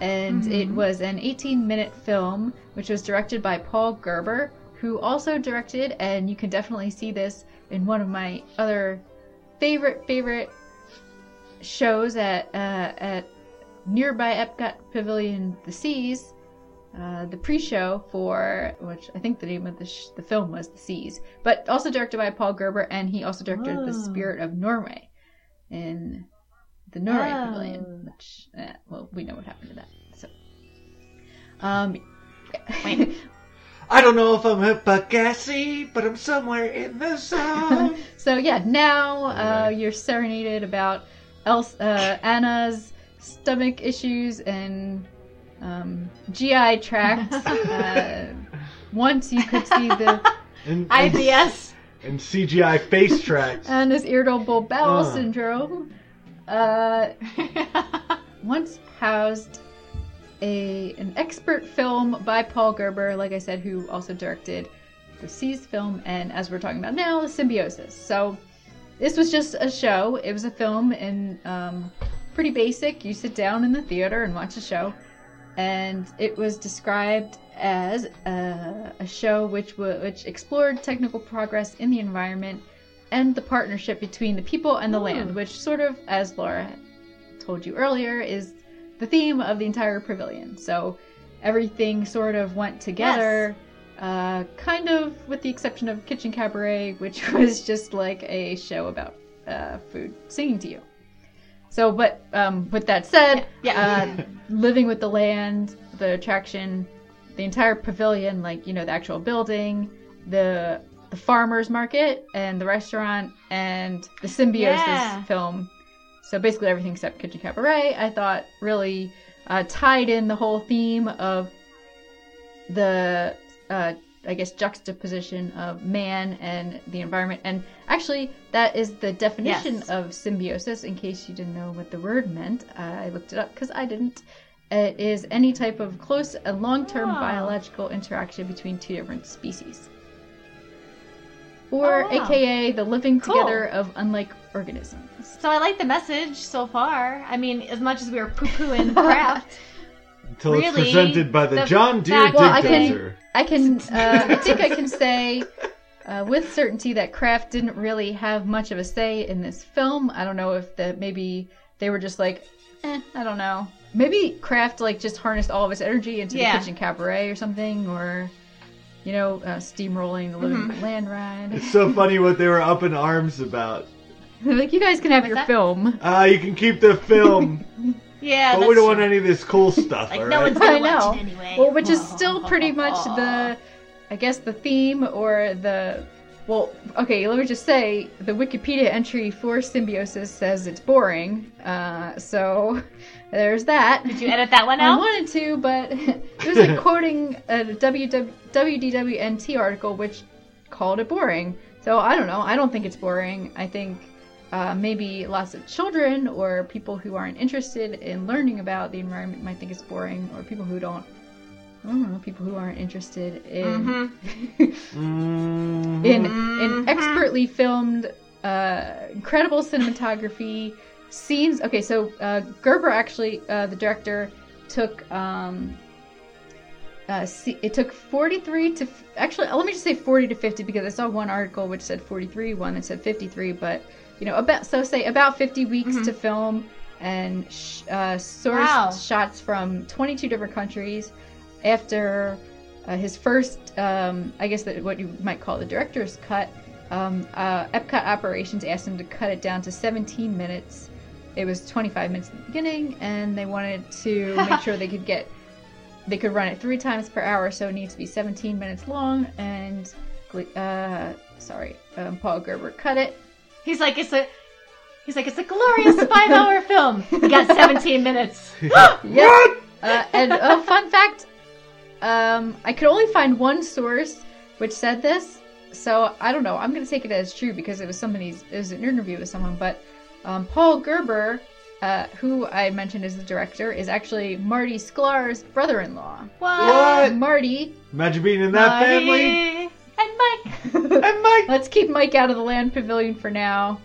E: And it was an 18 minute film, which was directed by Paul Gerber, who also directed, and you can definitely see this in one of my other favorite, favorite shows at, uh, at nearby Epcot Pavilion, The Seas uh, the pre-show for which I think the name of the sh- the film was The Seas, but also directed by Paul Gerber, and he also directed The
F: Oh.
E: Spirit of Norway in the Norway
F: Oh.
E: Pavilion, which eh, well we know what happened to that. So, um,
D: I don't know if I'm Hippagassy, but I'm somewhere in the zone.
E: so yeah, now uh, you're serenaded about Elsa, uh, Anna's stomach issues and um, GI tract. uh, once you could see the
D: and, and,
F: IBS.
D: and CGI face tracks.
F: Uh,
E: and his irritable bowel
D: Ugh.
E: syndrome. Uh, once housed a an expert film by Paul Gerber, like I said, who also directed the Seas film, and as we're talking about now, Symbiosis. So this was just a show. It was a film and um, pretty basic. You sit down in the theater and watch a show, and it was described as uh, a show which wa which explored technical progress in the environment and the partnership between the people and the land, which sort of, as Laura told you earlier, is the theme of the entire pavilion. So everything sort of went together, uh, kind of with the exception of Kitchen Cabaret, which was just like a show about uh, food singing to you. So, but um, with that said,
F: Yeah.
E: Uh, living with the land, the attraction, the entire pavilion, like you know, the actual building, the the farmers market, and the restaurant, and the symbiosis
F: Yeah.
E: film. So basically, everything except Kitchen Cabaret, I thought really uh, tied in the whole theme of the uh, I guess juxtaposition of man and the environment. And actually, that is the definition
F: Yes.
E: of symbiosis. In case you didn't know what the word meant, Uh, I looked it up because I didn't. It is any type of close and long-term
F: Ah.
E: biological interaction between two different species, or
F: Oh, wow.
E: AKA the living
F: Cool.
E: together of unlike organisms.
F: So I like the message so far. I mean, as much as we were poo-pooing craft,
D: Until it's
F: really,
D: presented by the,
F: the
D: John Deere
F: fact-
D: Dig
E: Well, I can-
D: Dozer.
E: I can, uh, I think I can say uh, with certainty that Kraft didn't really have much of a say in this film. I don't know if that maybe they were just like, eh, I don't know. Maybe Kraft like just harnessed all of his energy into
F: Yeah.
E: the kitchen cabaret or something, or you know, uh, steamrolling the living
F: Mm-hmm.
E: land ride.
D: It's so funny what they were up in arms about.
E: like you guys can have
F: What's
E: your
F: that?
E: film.
D: Ah, you can keep the film,
F: yeah,
D: but
F: that's
D: we don't
F: true.
D: want any of this cool stuff,
F: like
D: all
F: no
D: right?
F: one's gonna
E: I know.
F: watch it anyway.
E: Well, which is still pretty much the, I guess, the theme or the. Well, okay, let me just say the Wikipedia entry for Symbiosis says it's boring. Uh, so there's that.
F: Did you edit that one
E: I
F: out?
E: wanted to, but it was like quoting a WW WDWNT article which called it boring. So I don't know. I don't think it's boring. I think uh, maybe lots of children or people who aren't interested in learning about the environment might think it's boring, or people who don't. I don't know. People who aren't interested in
F: Mm-hmm.
E: in in expertly filmed, uh, incredible cinematography scenes. Okay, so uh, Gerber actually, uh, the director, took um, uh, see, it took 43 to f- actually let me just say 40 to 50 because I saw one article which said 43, one that said 53, but you know about so say about 50 weeks to film and sh- uh, sourced
F: Wow.
E: shots from 22 different countries after uh, his first, um, I guess that what you might call the director's cut. Um, uh, Epcot operations asked him to cut it down to 17 minutes. It was 25 minutes at the beginning, and they wanted to make sure they could get they could run it three times per hour, so it needs to be 17 minutes long. And Gle- uh, sorry, um, Paul Gerber cut it.
F: He's like, it's a. He's like, it's a glorious five-hour film. We got 17 minutes.
E: Yep. Uh, and a fun fact, um, I could only find one source which said this, so I don't know. I'm gonna take it as true because it was somebody's. It was an interview with someone, but um, Paul Gerber uh, who I mentioned as the director, is actually Marty Sklar's brother-in-law.
D: What?
E: Marty
D: Imagine being in that
E: Bye.
D: family.
F: And Mike.
D: And Mike.
E: Let's keep Mike out of the land pavilion for now.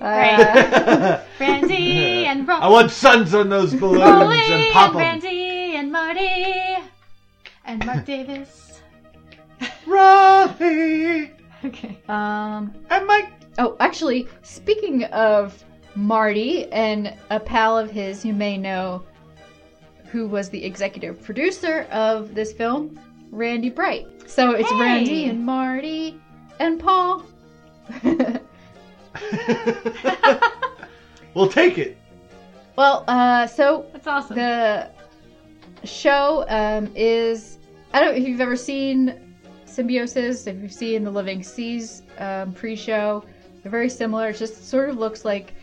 E: Uh,
F: Right. Randy and Rob.
D: I want suns on those balloons
F: Rolly
D: and
F: and,
D: pop them.
F: Randy and Marty and Mark Davis.
D: Rolly
F: Okay. Um.
D: and Mike.
E: Oh, actually, speaking of Marty and a pal of his you may know who was the executive producer of this film, Randy Bright. So it's
F: Hey!
E: Randy and Marty and Paul.
D: we'll take it.
E: well, uh, so
F: That's awesome.
E: the show um, is I don't know if you've ever seen Symbiosis, if you've seen the Living Seas um, pre-show, they're very similar. It just sort of looks like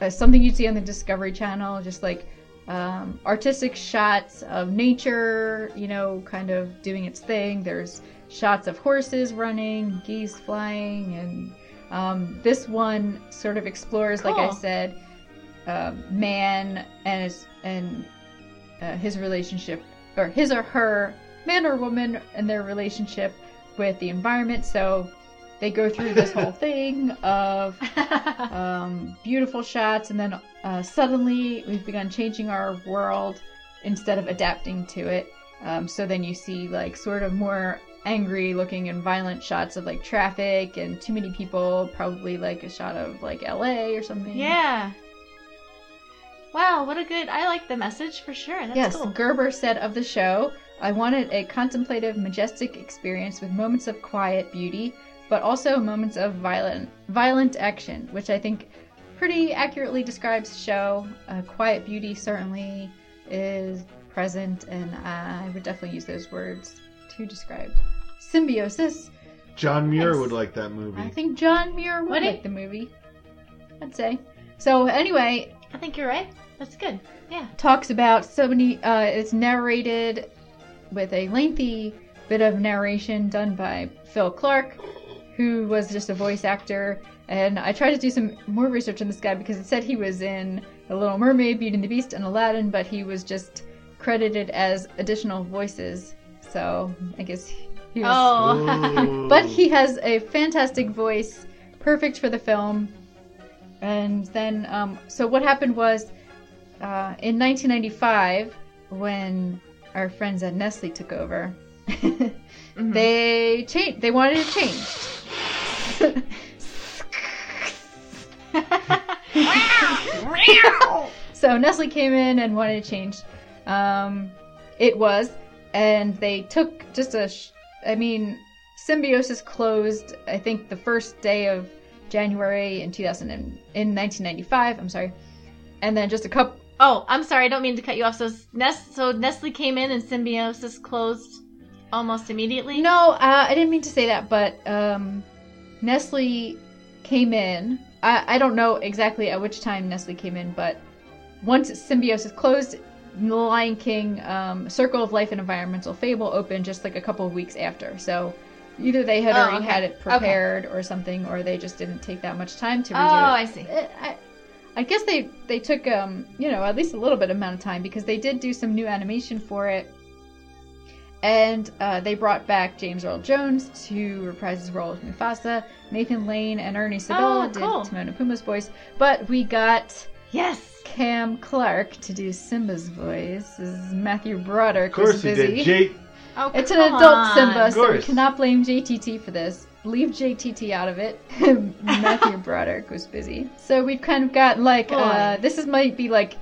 E: uh, something you'd see on the Discovery Channel, just like um, artistic shots of nature, you know, kind of doing its thing. There's shots of horses running, geese flying, and um, this one sort of explores, like I
F: Cool.
E: said, um, man and his, and uh, his relationship, or his or her, man or woman, and their relationship with the environment. So they go through this whole thing of um, beautiful shots, and then uh, suddenly we've begun changing our world instead of adapting to it. Um, so then you see like sort of more angry looking and violent shots of like traffic and too many people, probably like a shot of like LA or something.
F: yeah. Wow, what a good! I like the message for sure. That's
E: yes,
F: cool.
E: Gerber said of the show, I wanted a contemplative, majestic experience with moments of quiet beauty, but also moments of violent, violent action, which I think pretty accurately describes the show. Uh, quiet beauty certainly is present, and I would definitely use those words to describe symbiosis.
D: John Muir
E: Nice.
D: would like that movie.
E: I think John Muir would
F: Would he?
E: like the movie. I'd say. So anyway,
F: I think you're right. That's good. Yeah.
E: talks about so many uh, it's narrated with a lengthy bit of narration done by phil clark who was just a voice actor and i tried to do some more research on this guy because it said he was in the little mermaid beauty and the beast and aladdin but he was just credited as additional voices so i guess he was
F: Oh.
D: Ooh.
E: but he has a fantastic voice, perfect for the film. And then, um, so what happened was, uh, in 1995, when our friends at Nestle took over, they changed. They wanted it changed. so Nestle came in and wanted it changed. Um, it was, and they took just a. Sh- I mean, Symbiosis closed, I think, the first day of January in 2000 and, in 1995. I'm sorry, and then just a couple.
F: Oh, I'm sorry. I don't mean to cut you off. So Nest, so Nestle came in and Symbiosis closed almost immediately.
E: No, uh, I didn't mean to say that, but um, Nestle came in. I, I don't know exactly at which time Nestle came in, but once Symbiosis closed, The Lion King, um, Circle of Life and Environmental Fable opened just like a couple of weeks after. So either they had
F: Oh,
E: already
F: okay.
E: had it
F: Okay.
E: prepared or something, or they just didn't take that much time to
F: Oh,
E: redo it.
F: I see.
E: I, I- I guess they they took um you know at least a little bit amount of time because they did do some new animation for it, and uh, they brought back James Earl Jones to reprise his role as Mufasa. Nathan Lane and Ernie Sedol
F: Oh, cool.
E: did Timon and Pumbaa's voice, but we got
F: Yes.
E: Cam Clark to do Simba's voice. This is Matthew Broderick
D: of course
E: was
D: he
E: busy.
D: did. Jake.
F: Oh,
E: It's an
F: come
E: adult
F: on.
E: Simba, so we
D: course.
E: cannot blame JTT for this. Leave JTT out of it. Matthew Broderick was busy, so we've kind of got like uh,
F: Boy.
E: this is might be like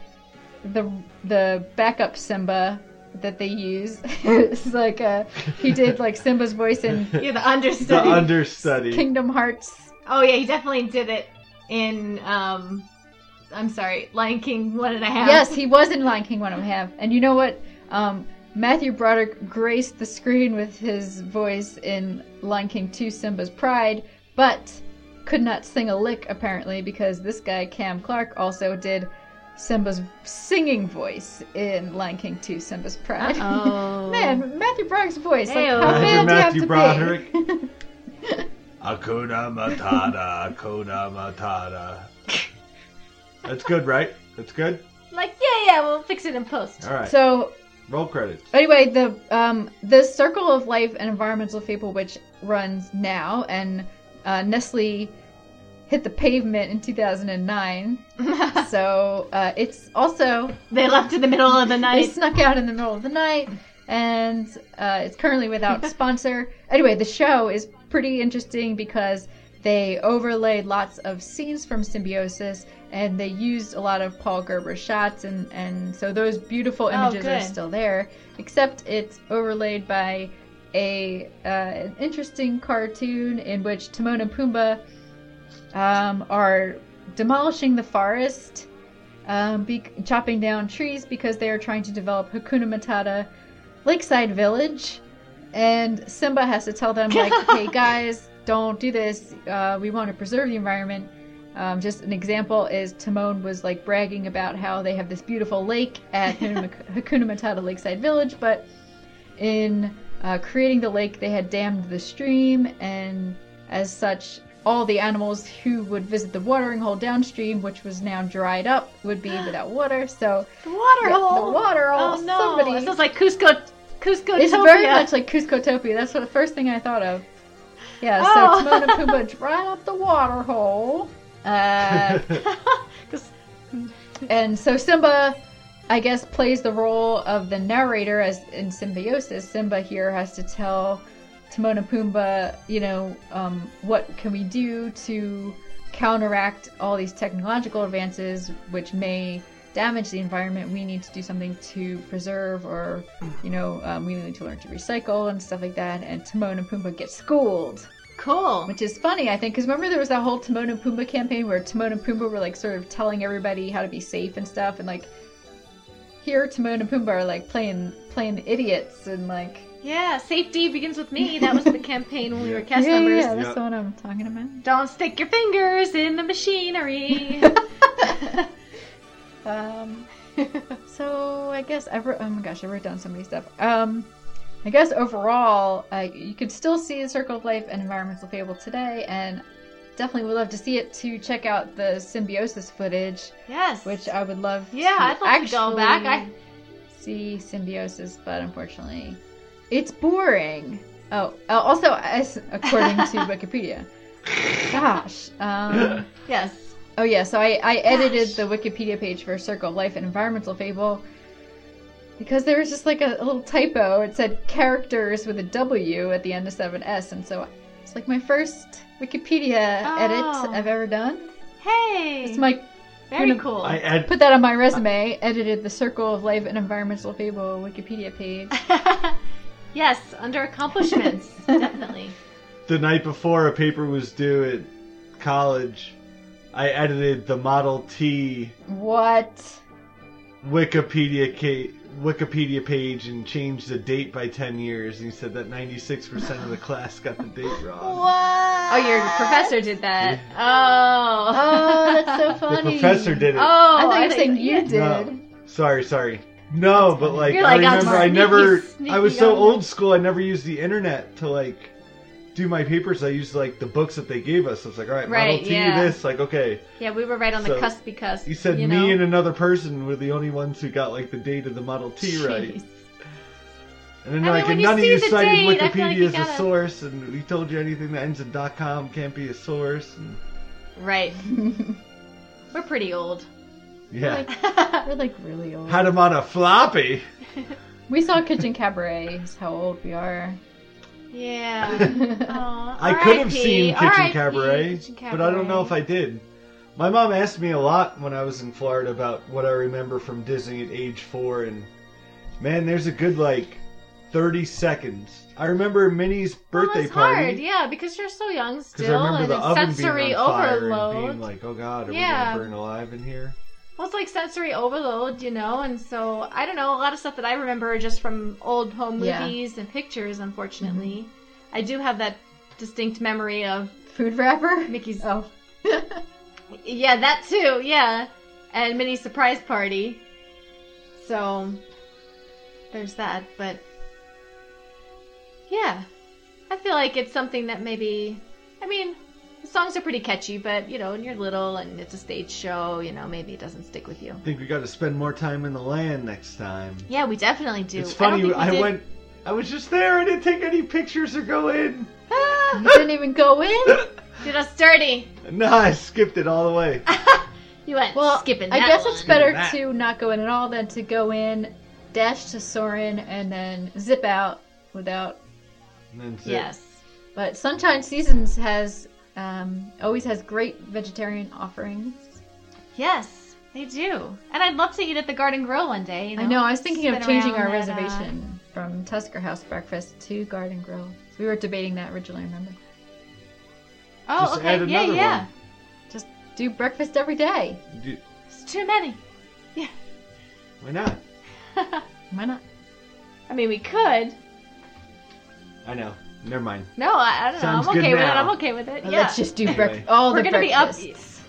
E: the the backup Simba that they use. it's like uh, he did like Simba's voice in
F: You're the
D: The
F: understudy.
D: understudy.
E: Kingdom Hearts.
F: oh yeah, he definitely did it in. um I'm sorry, Lion King one and a half.
E: Yes, he was in Lion King One and a Half, and you know what? Um, Matthew Broderick graced the screen with his voice in Lion King Two: Simba's Pride, but could not sing a lick apparently because this guy Cam Clark also did Simba's singing voice in Lion King Two: Simba's Pride.
F: Oh
E: Man, Matthew Broderick's voice, like
F: Ayo.
E: how
F: Imagine
E: bad do
D: Matthew
E: you have to
D: Broderick.
E: be?
D: Akuna Matata. Akuna Matata. That's good, right? That's good?
F: Like, yeah, yeah, we'll fix it in post.
D: Alright.
E: So
D: Roll credits.
E: anyway, the um, the Circle of Life and Environmental Fable Witch runs now, and uh, Nestle hit the pavement in 2009. so uh, it's also
F: They left in the middle of the
E: they
F: night.
E: snuck out in the middle of the night, and uh, it's currently without sponsor. Anyway, the show is pretty interesting because they overlaid lots of scenes from Symbiosis, and they used a lot of Paul Gerber shots, and and so those beautiful images are
F: Oh, good.
E: still there, except it's overlaid by a uh, an interesting cartoon in which Timon and Pumbaa um, are demolishing the forest, um, be- chopping down trees because they are trying to develop Hakuna Matata Lakeside Village. And Simba has to tell them, like, hey guys, don't do this. Uh, we want to preserve the environment. Um, just an example is Timon was like bragging about how they have this beautiful lake at Hakuna Hakuna Matata Lakeside Village, but in uh, creating the lake, they had dammed the stream, and as such, all the animals who would visit the watering hole downstream, which was now dried up, would be without water. So
F: The water
E: Yeah, the
F: hole.
E: water hole,
F: Oh no!
E: somebody-
F: It sounds like Cusco, Cusco.
E: it's very much like Cuscotopia. That's what the first thing I thought of. Yeah,
F: Oh.
E: so Timon and Pumbaa dried up the water hole. Uh, and so Simba, I guess, plays the role of the narrator as in symbiosis. Simba here has to tell Timon and Pumbaa, you know, um, what can we do to counteract all these technological advances which may damage the environment. We need to do something to preserve, or you know, um, we need to learn to recycle and stuff like that. And Timon and Pumbaa get schooled.
F: cool.
E: Which is funny, I think, because remember there was that whole Timon and Pumbaa campaign where Timon and Pumbaa were like sort of telling everybody how to be safe and stuff, and like here Timon and Pumbaa are like playing playing the idiots and like
F: Yeah, safety begins with me. That was the campaign when we were cast
E: yeah,
F: members.
E: yeah, that's
D: Yeah.
E: the one I'm talking about.
F: Don't stick your fingers in the machinery.
E: Um, so I guess I wrote. Oh my gosh, I wrote down so many stuff. Um, I guess overall, uh, you could still see the Circle of Life and Environmental Fable today, and definitely would love to see it to check out the symbiosis footage,
F: yes.
E: which I would love.
F: Yeah,
E: to
F: I'd like to
E: actually
F: go back. I-
E: see symbiosis, but unfortunately, it's boring. Oh, uh, also, as according to Wikipedia. Gosh. Um,
F: yes.
E: Oh yeah, so I, I edited
F: Gosh.
E: the Wikipedia page for Circle of Life and Environmental Fable because there was just like a, a little typo. It said characters with a W at the end of 7S, and so it's like my first Wikipedia
F: Oh.
E: edit I've ever done.
F: Hey.
E: It's my
F: very
E: gonna-
F: cool.
D: I add
E: put that on my
F: Uh,
E: resume. Edited the Circle of Life and Environmental Fable Wikipedia page.
F: yes, under accomplishments, definitely.
D: the night before a paper was due at college, I edited the Model T
E: What?
D: Wikipedia ca- Wikipedia page and changed the date by ten years. And he said that ninety six percent of the class got the date wrong.
F: Oh, your professor did that. Oh.
E: Uh, Oh, that's so
D: The
E: funny.
D: professor did it.
F: Oh,
E: I thought you were
F: think-
E: saying you
F: yeah.
E: did.
D: No. Sorry, sorry. No, but like
F: You're
D: I
F: like, I'm
D: remember, I
F: sneaky,
D: never,
F: sneaky
D: I was so
F: young.
D: old school. I never used the internet to like do my papers. I used like the books that they gave us. I was like, all right,
F: Right,
D: Model T,
F: yeah.
D: this, like, okay.
F: Yeah, we were right on the
D: So,
F: cusp because
D: You said
F: you
D: me
F: know?
D: and another person were the only ones who got like the date of the Model T right.
F: Jeez.
D: And then
F: I mean,
D: like
F: when
D: and
F: you
D: none of
F: see
D: you
F: the
D: cited
F: date, I
D: Wikipedia
F: feel like you
D: as
F: gotta-
D: a source, and we told you anything that ends in .com can't be a source. And,
F: Right. we're pretty old.
D: yeah,
E: We're like really old.
D: had him on a floppy.
E: We saw Kitchen Cabaret. Is how old we are.
F: yeah. Aw,
D: I could have
F: RIP,
D: seen Kitchen
F: RIP,
D: Cabaret,
F: Kitchen
D: but I don't know if
F: Cabaret.
D: I did. My mom asked me a lot when I was in Florida about what I remember from Disney at age four, and man, there's a good like 30 seconds. I remember Minnie's
F: Well,
D: birthday
F: it's
D: party.
F: hard, yeah, because you're so young
D: Because I
F: still,
D: remember
F: and
D: the
F: it's
D: oven
F: sensory
D: being on fire
F: overload.
D: and being like, "Oh God, are
F: Yeah.
D: we gonna burn alive in here?"
F: Well, it's like sensory overload, you know, and so I don't know. A lot of stuff that I remember are just from old home
E: Yeah.
F: movies and pictures. Unfortunately, I do have that distinct memory of
E: Food wrapper.
F: Mickey's.
E: Oh,
F: Yeah, that too. Yeah, and Minnie's surprise party. So there's that, but yeah, I feel like it's something that maybe. I mean, The songs are pretty catchy, but you know, when you're little and it's a stage show, you know, maybe it doesn't stick with you.
D: I think we got to spend more time in the land next time.
F: Yeah, we definitely do.
D: It's
F: I don't
D: funny.
F: think we
D: I,
F: did-
D: went. I was just there. I didn't take any pictures or go in.
F: Ah,
E: You didn't even go in.
F: did us dirty.
D: No, I skipped it all the way.
F: You went
E: Well,
F: skipping.
E: I
F: that
E: guess it's
F: one.
E: better
D: That.
E: to not go in at all than to go in, dash to Soren, and then zip out without.
D: And then said,
F: Yes.
E: But Sunshine Seasons has um, always has great vegetarian offerings.
F: Yes, they do. And I'd love to eat at the Garden Grill one day. You know?
E: I know. I was thinking of
F: Spin
E: changing
F: around
E: our
F: that, uh,
E: reservation from Tusker House Breakfast to Garden Grill. We were debating that originally. Remember?
F: Oh,
D: Just
F: okay.
D: add
F: yeah,
D: another
F: yeah.
D: one.
E: Just do breakfast every day.
D: "Do-
F: It's too many.
D: Why not?
E: Why not?
F: I mean, we could.
D: I know. Never mind.
F: No, I, I don't
D: Sounds
F: know. I'm
D: good
F: okay with it.
D: now.
F: I'm okay with it. yeah.
E: Let's just do breakfast.
D: Anyway.
E: All
F: we're
E: the
F: gonna be up.
E: breakfasts.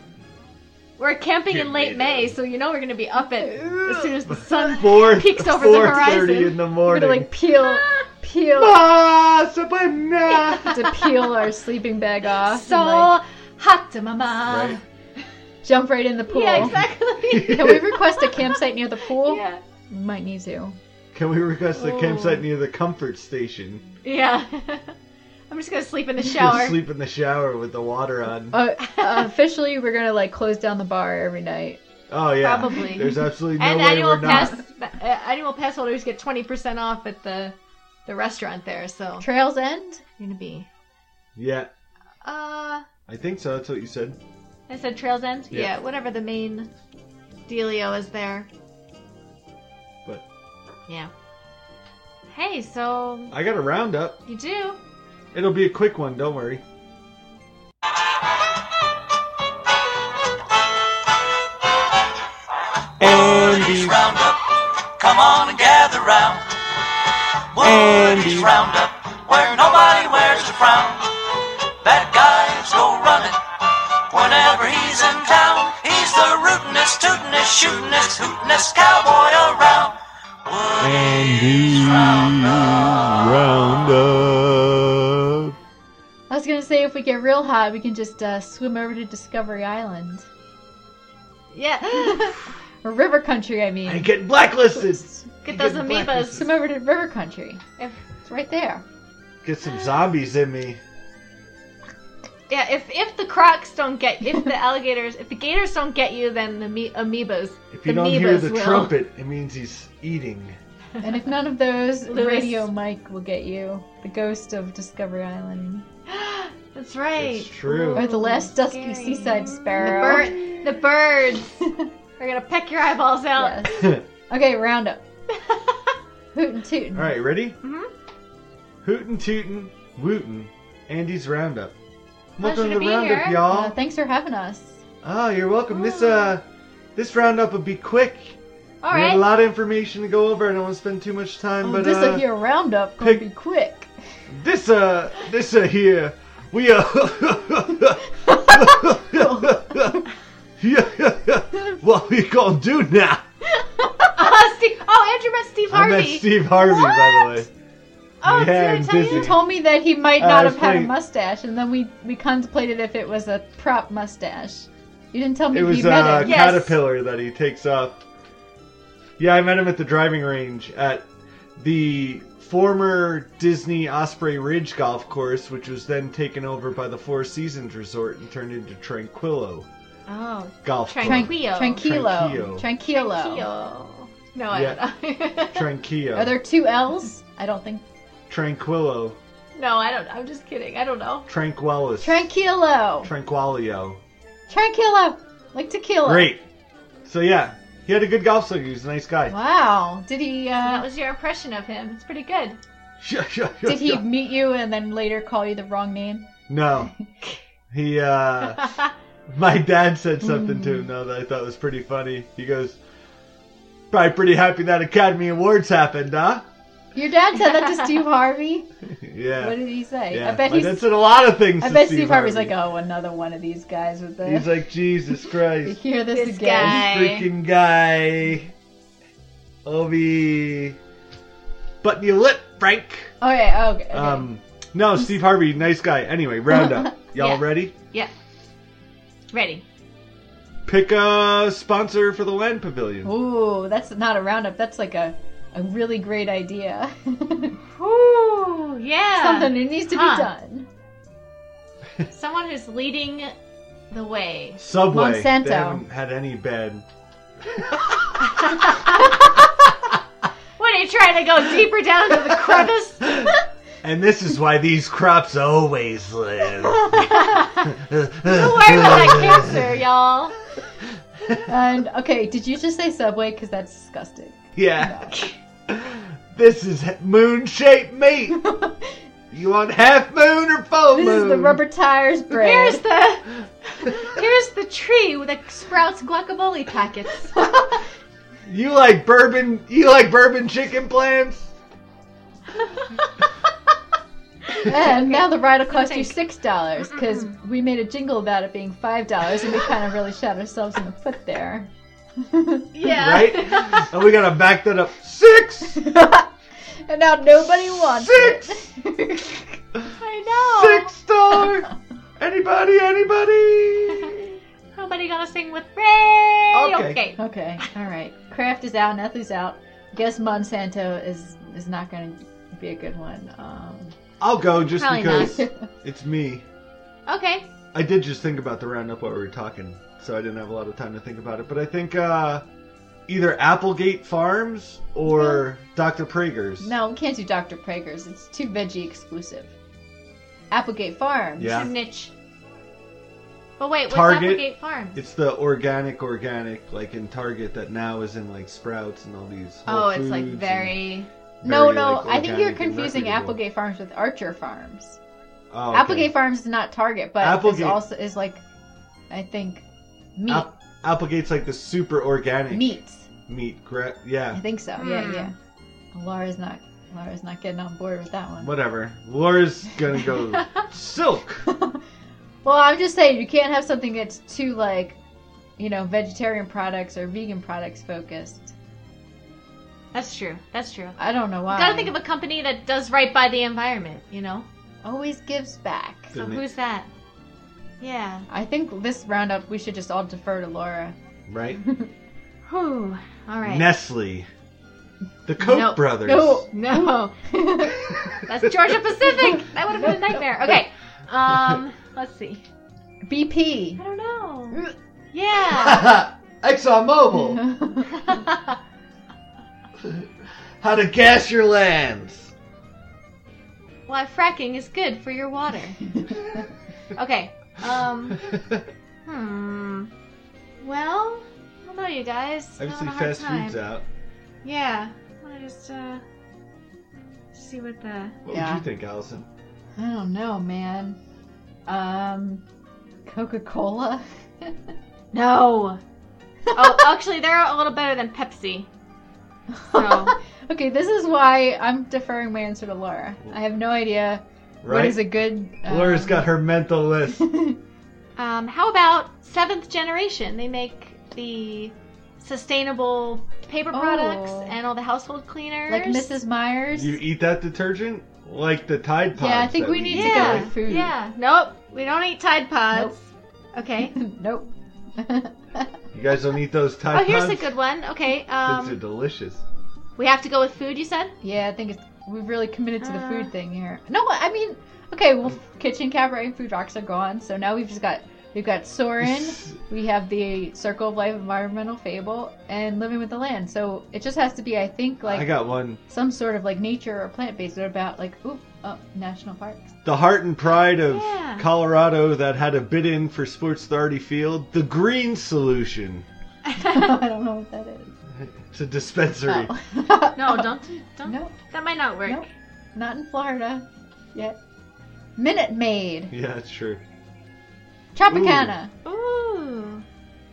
F: We're camping in
D: Can't
F: late
D: be
F: May, so you know we're gonna be up at as soon as the sun
D: Four,
F: peeks over the
D: four thirty in
F: horizon.
D: the
E: We're gonna
D: morning.
E: like peel, peel,
D: ah, so by now.
E: to peel our sleeping bag off.
F: So
E: and, like,
F: hot to mama.
D: Right.
E: jump right in the pool.
F: Yeah, exactly.
E: Can we request a campsite near the pool?
F: yeah.
E: We might need to.
D: Can we request a
F: Oh.
D: campsite near the comfort station?
F: Yeah. I'm just gonna sleep in the
D: Just
F: shower. Oh,
D: sleep in the shower with the water on.
E: Uh, officially, we're gonna like close down the bar every night.
D: Oh yeah,
F: Probably.
D: There's absolutely no
F: and
D: way we're
F: annual pass
D: not.
F: uh, annual pass holders get 20% off at the the restaurant there. So
E: Trails End.
F: you're gonna be.
D: Yeah,
F: Uh,
D: I think so. That's what you said.
F: I said Trails End.
D: Yeah.
F: yeah, whatever the main dealio is there.
D: But
F: Yeah. Hey, so
D: I got a roundup.
F: you do.
D: It'll be a quick one. Don't worry.
G: Andy's Roundup. Come on and gather round. Woody's Roundup, where nobody wears a frown. That guy's go running whenever he's in town. He's the rootinest, tootinest, shootinest, hootinest cowboy around. Woody's Roundup.
E: I was gonna say if we get real hot, we can just uh, swim over to Discovery Island
F: Yeah.
E: or River Country. I mean,
D: I ain't getting blacklisted.
F: Get those
D: Getting blacklisted.
F: amoebas.
E: swim over to River Country.
F: If,
E: It's right there.
D: Get some zombies in me.
F: yeah, if if the crocs don't get, if the alligators, if the gators don't get you, then the me- amoebas.
D: If you
F: the
D: don't hear
F: amoebas
D: the
F: will.
D: trumpet, it means he's eating.
E: And if none of those,
F: Lewis.
E: Radio Mike will get you. The ghost of Discovery Island,
F: That's right.
D: It's true.
E: or the last dusky
F: Scary.
E: seaside
F: The
E: sparrow.
F: bird, the birds are gonna peck your eyeballs out.
E: Yes.
D: All
E: Okay, roundup. Hootin' tootin'.
D: right, ready?
F: Mhm.
D: Hootin' tootin', wootin', Andy's roundup.
F: Pleasure
D: Welcome
F: to
D: to the
F: be
D: roundup,
F: here.
D: y'all.
E: Uh, thanks for having us.
D: Oh, you're welcome. This uh, this roundup will be quick.
F: All
D: we had
F: right.
D: a lot of information to go over. I don't want to spend too much
F: Oh,
D: time,
E: Well,
D: but
E: Oh, this
D: uh,
E: a here roundup gonna
D: pick-
E: be quick.
D: this uh, this uh here, we uh, what we gonna do now?
F: Uh, Steve, oh, Andrew met Steve
D: I
F: Harvey.
D: met Steve Harvey, by the way.
F: Oh,
D: Yeah,
F: did I
D: I'm
F: tell
D: busy.
E: You
F: you?
E: told me that he might
D: Uh, I
E: not
D: was
E: have had a
D: playing-
E: mustache, and then we we contemplated if it was a prop mustache. You didn't tell me
D: It
E: you
D: was a
E: met
D: uh,
E: him.
F: Yes.
D: caterpillar that he takes up. Yeah, I met him at the driving range at the former Disney Osprey Ridge golf course, which was then taken over by the Four Seasons Resort and turned into Tranquillo
F: Oh,
D: Golf
E: Tran-
F: Tranquillo.
D: Club.
E: Tranquilo.
D: Tranquillo.
E: Tranquilo.
F: Tranquillo. No,
D: Yeah.
F: I don't know.
D: Tranquillo.
E: Are there two L's? I don't think.
D: Tranquillo.
F: no, I don't. I'm just kidding. I don't know.
D: Tranquillus.
E: Tranquilo.
D: Tranquillo.
E: Tranquilo. Like tequila.
D: Great. So yeah, he had a good golf swing. He was a nice guy.
E: Wow. Did he
F: So that
E: uh,
F: was your impression of him. It's pretty good.
E: did he meet you and then later call you the wrong name?
D: No. He uh My dad said something to
E: Mm.
D: him though that I thought was pretty funny. He goes, "Probably pretty happy that Academy Awards happened, huh?"
E: Your dad said that to Steve Harvey.
D: Yeah.
E: What did he say?
D: yeah.
E: I bet
D: My
E: he's
D: dad said a lot of things.
E: I
D: to
E: bet
D: Steve,
E: Steve Harvey's
D: Harvey.
E: like, uh, oh, another one of these guys with the.
D: He's like, Jesus Christ,
E: hear this,
F: This
E: again.
F: guy.
D: freaking guy, Obi, button your lip, Frank.
E: Okay, okay. okay.
D: Um, no, Steve Harvey, nice guy. Anyway, roundup. Y'all
F: Yeah.
D: ready?
F: Yeah. Ready.
D: Pick a sponsor for the land pavilion.
E: Ooh, that's not a roundup. That's like a, a really great idea.
F: Ooh, yeah.
E: Something that needs to
F: Huh.
E: be done.
F: Someone who's leading the way.
D: Subway.
E: Monsanto.
D: They haven't had any bad.
F: What are you trying to go deeper down into the crevice?
D: And this is why these crops always live.
F: Don't worry about that cancer, y'all.
E: And okay, did you just say Subway? Because that's disgusting.
D: Yeah. this is moon shaped meat. you want half moon or full
E: This
D: moon?
E: is the rubber tires bread.
F: Here's the here's the tree that sprouts guacamole packets.
D: You like bourbon? You like bourbon chicken plants?
E: and now the ride will cost you
F: Thank-
E: six dollars because we made a jingle about it being five dollars, and we kind of really shot ourselves in the foot there.
F: yeah.
D: Right? and we gotta back that up six,
E: And now nobody wants
D: six,
E: it.
F: I know.
D: six dollar. Anybody? Anybody?
F: Nobody gonna sing with Ray.
D: Okay.
E: okay, all right. Kraft is out. Nethly's out. Guess Monsanto is is not going to be a good one. Um,
D: I'll go just
F: Probably
D: because
E: not.
D: it's me.
F: Okay.
D: I did just think about the roundup while we were talking, so I didn't have a lot of time to think about it. But I think uh, either Applegate Farms or Dr. Prager's.
E: no, we can't do Dr. Prager's. It's too veggie exclusive. Applegate Farms.
F: It's
D: Yeah.
F: a niche. But wait, what's
D: Target.
F: Applegate Farms?
D: It's the organic, organic, like in Target that now is in like Sprouts and all these. Whole
F: oh, it's like
D: Foods and
F: very.
E: No,
D: very,
E: no,
D: like,
E: I think you're
D: organic and
E: confusing
D: reputable.
E: Applegate Farms with Archer Farms.
D: Oh, okay.
E: Applegate Farms is not Target, but
D: Applegate-
E: is also is like, I think, meat
D: App- Applegate's like the super organic
E: meats.
D: meat. Gra-
E: I
D: yeah,
E: think so. Yeah,
F: Hmm.
E: yeah. Laura's not Laura's not getting on board with that one.
D: whatever. Laura's gonna go silk.
E: Well, I'm just saying you can't have something that's too like, you know, vegetarian products or vegan products focused.
F: That's true. That's true.
E: I don't know why.
F: Gotta think of a company that does right by the environment, you know?
E: always gives back.
F: So
D: Didn't it-
F: who's that? Yeah.
E: I think this roundup we should just all defer to Laura.
D: Right?
F: Whew. All right.
D: Nestle, the Koch
F: No.
D: brothers.
E: No.
F: No. That's Georgia Pacific. That would have been a nightmare. Okay. Um, let's see.
E: BP.
F: I don't know. Yeah.
D: ExxonMobil, Oh. how to gas your lands.
F: Why fracking is good for your water. Okay. Um, hmm. Well, I don't know, you guys.
D: Obviously,
F: Having a hard
D: fast
F: time.
D: food's out.
F: Yeah. I wanna just, uh, see what the.
D: What
E: Yeah.
D: would you think, Allison?
E: I don't know, man. Um, Coca Cola.
F: No. oh, actually, they're a little better than Pepsi. So,
E: okay, this is why I'm deferring my answer to Laura. I have no idea what
D: Right?
E: is a good.
F: uh,
E: um,
D: Laura's got her mental list.
F: um, how about Seventh Generation? They make the sustainable paper
E: Oh.
F: products and all the household cleaners.
E: like Mrs. Myers.
D: you eat that detergent like the Tide Pods.
E: Yeah, I think
D: that
E: we need to
F: Yeah.
E: go with food.
F: Yeah. Nope. We don't eat Tide Pods. Okay.
E: nope.
D: You guys don't eat those Tide
F: Oh,
D: Pods.
F: here's a good one. Okay.
D: Those are
F: Um,
D: delicious.
F: we have to go with food. You said.
E: yeah, I think it's, we've really committed to the
F: Uh.
E: food thing here. No, I mean, okay, well, Kitchen Cabaret and Food Rocks are gone, so now we've just got we've got Soren, we have the Circle of Life environmental fable, and Living with the Land. So it just has to be, I think, like
D: I got one.
E: some sort of like nature or plant based. What about like ooh, oh, national parks?
D: The heart and pride of
F: Yeah.
D: Colorado that had a bid in for Sports Authority Field, the Green Solution.
E: I don't know what that is.
D: It's a dispensary.
E: Oh.
F: No, don't. Don't.
E: No,
F: That might not work.
E: Nope. not in Florida yet. Minute Maid,
D: Yeah, that's true.
E: Tropicana.
F: Ooh.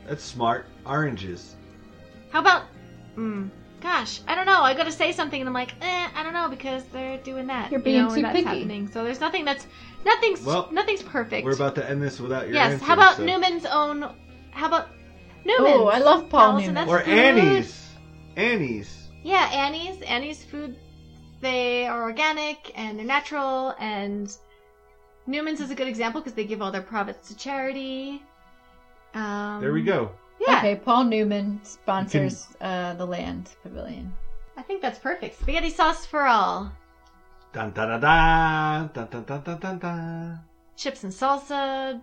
D: That's smart. Oranges.
F: How about? Mm, gosh, I don't know. I gotta say something, and I'm like, eh, I don't know because they're doing that.
E: You're
F: you
E: being
F: know, and
E: too
F: that's
E: picky.
F: Happening. So there's nothing that's nothing's
D: Well,
F: nothing's perfect.
D: We're about to end this without your
F: yes.
D: answer,
F: how about
D: so-
F: Newman's own? How about Newman's?
E: Oh, I love Paul Newman.
F: Allison, that's
D: Or
F: food.
D: Annie's. Annie's.
F: Yeah, Annie's. Annie's food. They are organic and they're natural and Newman's is a good example because they give all their profits to charity. Um,
D: There we go.
F: Yeah,
E: Okay, Paul Newman sponsors uh, the Land Pavilion.
F: I think that's perfect. Spaghetti sauce for all.
D: Dun
F: Um.
D: da da da dun dun dun dun dun dun.
F: Chips and salsa.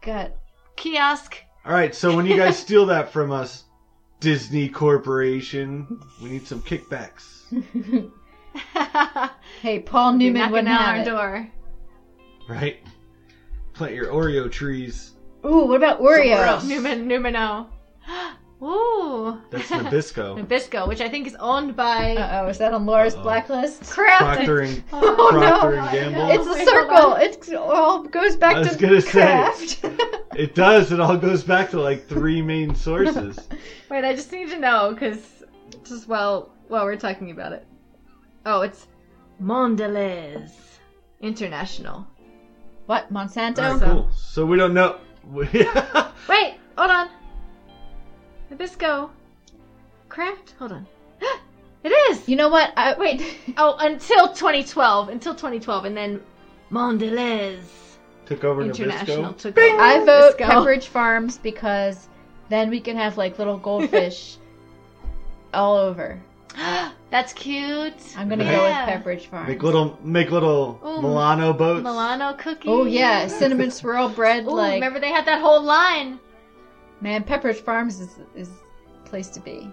E: Got
F: Kiosk.
D: All right, so when you guys steal that from us, Disney Corporation, we need some kickbacks.
E: hey, Paul
F: You're
E: Newman
F: knocking
E: wouldn't
F: down
E: have
F: our
E: it.
F: door.
D: Right? Plant your Oreo trees.
E: Ooh, what about
D: Somewhere else.
E: Oreos?
F: Newman, Numino. Ooh.
D: That's Nabisco.
F: Nabisco, which I think is owned by
E: Uh oh, is that on Laura's
D: Uh-oh.
E: blacklist?
F: Kraft.
D: Procter and
F: Oh,
D: Procter and Gamble.
E: It's a
F: Wait, hold
E: circle.
F: on.
E: It's all goes back
D: I was
E: to
D: gonna say.
E: craft.
D: It does. It all goes back to like three main sources.
F: Wait, I just need to know because just while while we're talking about it. Oh, it's Mondelez International.
E: what
D: All
E: Monsanto?
D: right, cool. So we don't know.
F: Wait, hold on. Nabisco, Kraft. Hold on. it is.
E: You know what? I, Wait,
F: Oh, until 2012. Until 2012, and then Mondelez
D: Took over
F: International
D: Nabisco.
F: took over.
E: I vote
F: Nabisco.
E: Pepperidge Farms because then we can have like little goldfish all over.
F: That's cute.
E: I'm gonna
F: Yeah.
E: go with Pepperidge Farms.
D: Make little, make little
F: Ooh,
D: Milano boats.
F: Milano cookies.
E: oh yeah, cinnamon swirl bread.
F: Ooh,
E: like
F: remember they had that whole line.
E: man, Pepperidge Farms is is the place to be.